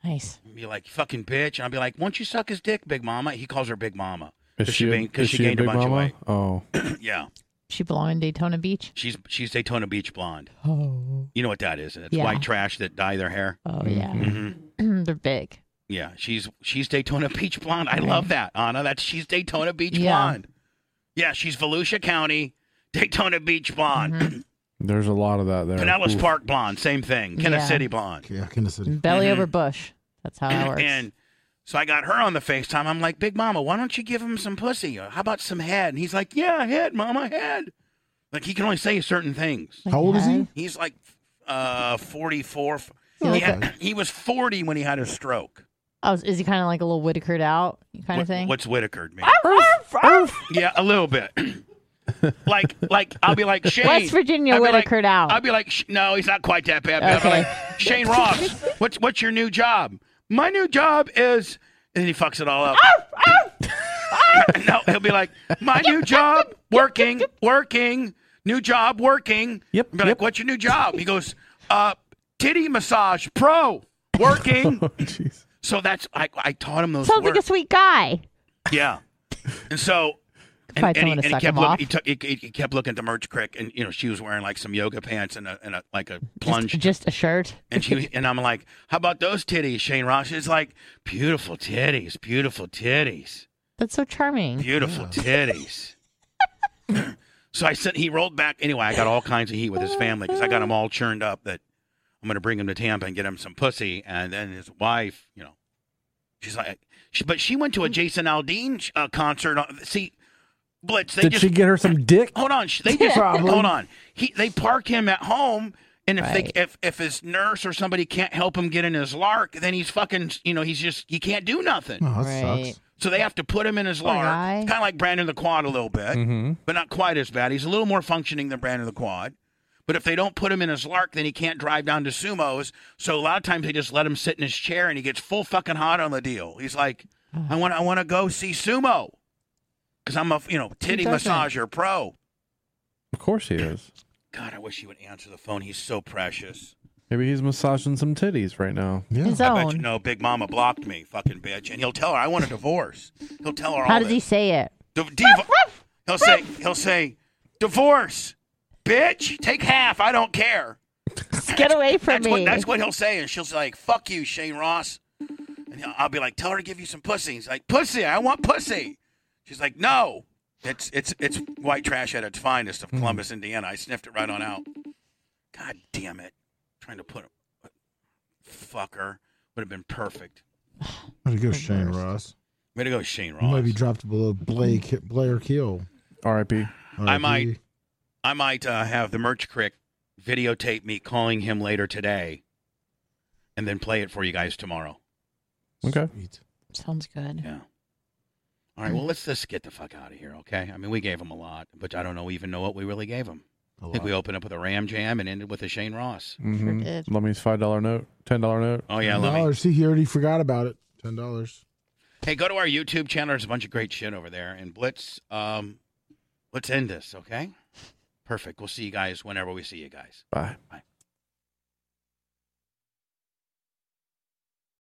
Speaker 3: Nice.
Speaker 1: and be like, "Fucking bitch," and I'll be like, "Won't you suck his dick, Big Mama?" He calls her Big Mama
Speaker 8: Is she, a-
Speaker 1: because
Speaker 8: is
Speaker 1: she,
Speaker 8: a
Speaker 1: gained a,
Speaker 8: big
Speaker 1: bunch
Speaker 8: mama?
Speaker 1: of weight.
Speaker 8: Oh,
Speaker 1: yeah,
Speaker 3: She belong in Daytona Beach.
Speaker 1: she's she's Daytona Beach blonde.
Speaker 3: Oh.
Speaker 1: You know what that is? It's
Speaker 3: Yeah.
Speaker 1: white trash that dye their hair.
Speaker 3: Oh yeah.
Speaker 1: hmm
Speaker 3: (clears throat) They're big.
Speaker 1: Yeah, she's she's Daytona (laughs) Beach blonde. I love that, Anna. That's she's Daytona Beach
Speaker 3: Yeah.
Speaker 1: blonde. Yeah, she's Volusia County, Daytona Beach blonde,
Speaker 3: Mm-hmm.
Speaker 8: there's a lot of that there.
Speaker 1: Pinellas
Speaker 8: Oof.
Speaker 1: Park blonde, same thing, Kenna
Speaker 3: Yeah.
Speaker 1: City blonde.
Speaker 5: Yeah, Kansas City.
Speaker 3: Belly over bush. That's
Speaker 1: (clears throat)
Speaker 3: how it works.
Speaker 1: Mm-hmm. And so I got her on the FaceTime. I'm like, Big Mama, why don't you give him some pussy? Or How about some head? And he's like, Yeah, head, Mama, head. Like he can only say certain things.
Speaker 3: Like,
Speaker 5: How old is he?
Speaker 3: hey.
Speaker 1: He's like uh, 44.
Speaker 3: Yeah,
Speaker 1: He,
Speaker 3: like
Speaker 1: had- he was 40 when he had a stroke.
Speaker 3: Oh, is- is he kind of like a little Whitakered out kind
Speaker 1: What-
Speaker 3: of thing?
Speaker 1: What's Whitaker mean? yeah, a little bit. (clears throat) Like, like I'll be like Shane.
Speaker 3: West Virginia
Speaker 1: I'll be
Speaker 3: Whitakered
Speaker 1: like,
Speaker 3: out.
Speaker 1: I'll be like, "Sh- no, he's not quite that bad. But I'll be like, Shane
Speaker 3: (laughs)
Speaker 1: Ross, what's what's your new job? My new job is, and he fucks it all up. (laughs) no, he'll be like, my new job, working, working, new job, working.
Speaker 4: Yep,
Speaker 1: I'll be like,
Speaker 4: yep.
Speaker 1: what's your new job? He goes, uh, titty massage pro,
Speaker 4: (laughs)
Speaker 1: working.
Speaker 4: Oh,
Speaker 8: Jeez.
Speaker 1: So that's I, I taught him those
Speaker 3: Sounds
Speaker 1: words.
Speaker 3: like a sweet guy.
Speaker 1: yeah, and
Speaker 3: (laughs)
Speaker 1: so and,
Speaker 3: Find
Speaker 1: and
Speaker 3: someone to
Speaker 1: he, and he
Speaker 3: suck
Speaker 1: kept
Speaker 3: him
Speaker 1: look,
Speaker 3: off.
Speaker 1: he, took, he, he he kept looking at the merch crick, and you know she was wearing like some yoga pants and a, and a like a plunge,
Speaker 3: Just, just a shirt.
Speaker 1: and she and I'm like, how about those titties, Shane Ross? She's like, beautiful titties, beautiful titties,
Speaker 3: That's so charming.
Speaker 1: beautiful titties. so I sent. He rolled back anyway. I got all kinds of heat with his family because I got him all churned up that I'm going to bring him to Tampa and get him some pussy, and then his wife, you know, she's like, she, but she went to a Jason Aldean uh, concert. On, see, Blitz. They
Speaker 4: Did
Speaker 1: just,
Speaker 4: she get her some dick?
Speaker 1: Hold on, sh- they just
Speaker 9: Probably.
Speaker 1: hold on. He they park him at home, and if
Speaker 3: Right.
Speaker 1: they if if his nurse or somebody can't help him get in his lark, then he's fucking you know he's just he can't do nothing.
Speaker 5: Oh, that
Speaker 3: Right.
Speaker 5: sucks.
Speaker 1: So they have to put him in his
Speaker 3: Poor
Speaker 1: lark.
Speaker 3: guy.
Speaker 1: It's kind of like Brandon the Quad a little bit, but not quite as bad. He's a little more functioning than Brandon the Quad. But if they don't put him in his lark, then he can't drive down to Sumo's. So a lot of times they just let him sit in his chair, and he gets full fucking hot on the deal. He's like, I want I want to go see Sumo, because I'm a you know titty
Speaker 3: doesn't?
Speaker 1: massager pro.
Speaker 8: Of course he is.
Speaker 1: God, I wish he would answer the phone. He's so precious.
Speaker 8: Maybe he's massaging some titties right now.
Speaker 5: Yeah.
Speaker 3: His
Speaker 1: I bet you
Speaker 3: own.
Speaker 1: know Big Mama blocked me, fucking bitch. And he'll tell her I want a divorce. He'll tell her
Speaker 3: How
Speaker 1: all
Speaker 3: does he
Speaker 1: this. (laughs)
Speaker 3: say it?
Speaker 1: Div- div- he'll say he'll say divorce, bitch. Take half. I don't care.
Speaker 3: Get away from
Speaker 1: That's
Speaker 3: me.
Speaker 1: what that's what he'll say, and she'll say like fuck you, Shane Ross. And he'll, I'll be like, tell her to give you some pussy. He's like pussy. I want pussy. She's like no. It's it's it's white trash at its finest
Speaker 5: Hmm.
Speaker 1: of Columbus, Indiana. I sniffed it right on out. God damn it. Trying to put a fucker would have been perfect.
Speaker 5: Way to go, Shane Ross.
Speaker 1: Way to go, Shane Ross.
Speaker 5: You might be dropped below Blake Blair Keel.
Speaker 8: R.I.P.
Speaker 1: I might. I might uh, have the merch crick videotape me calling him later today, and then play it for you guys tomorrow.
Speaker 8: Okay.
Speaker 5: Sweet.
Speaker 3: Sounds good.
Speaker 1: Yeah. All right. Well, let's just get the fuck out of here, okay? I mean, we gave him a lot, but I don't know even know what we really gave him. I think we opened up with a Ram Jam and ended with a Shane Ross.
Speaker 8: Mm-hmm.
Speaker 3: did.
Speaker 8: Lemmy's five dollar note, ten dollar note.
Speaker 1: Oh yeah,
Speaker 5: Ten
Speaker 1: let me.
Speaker 5: dollars. See, he already forgot about it. Ten dollars.
Speaker 1: Hey, go to our YouTube channel. There's a bunch of great shit over there. And Blitz, um, let's end this, okay? Perfect. We'll see you guys whenever we see you guys.
Speaker 8: Bye.
Speaker 1: Bye.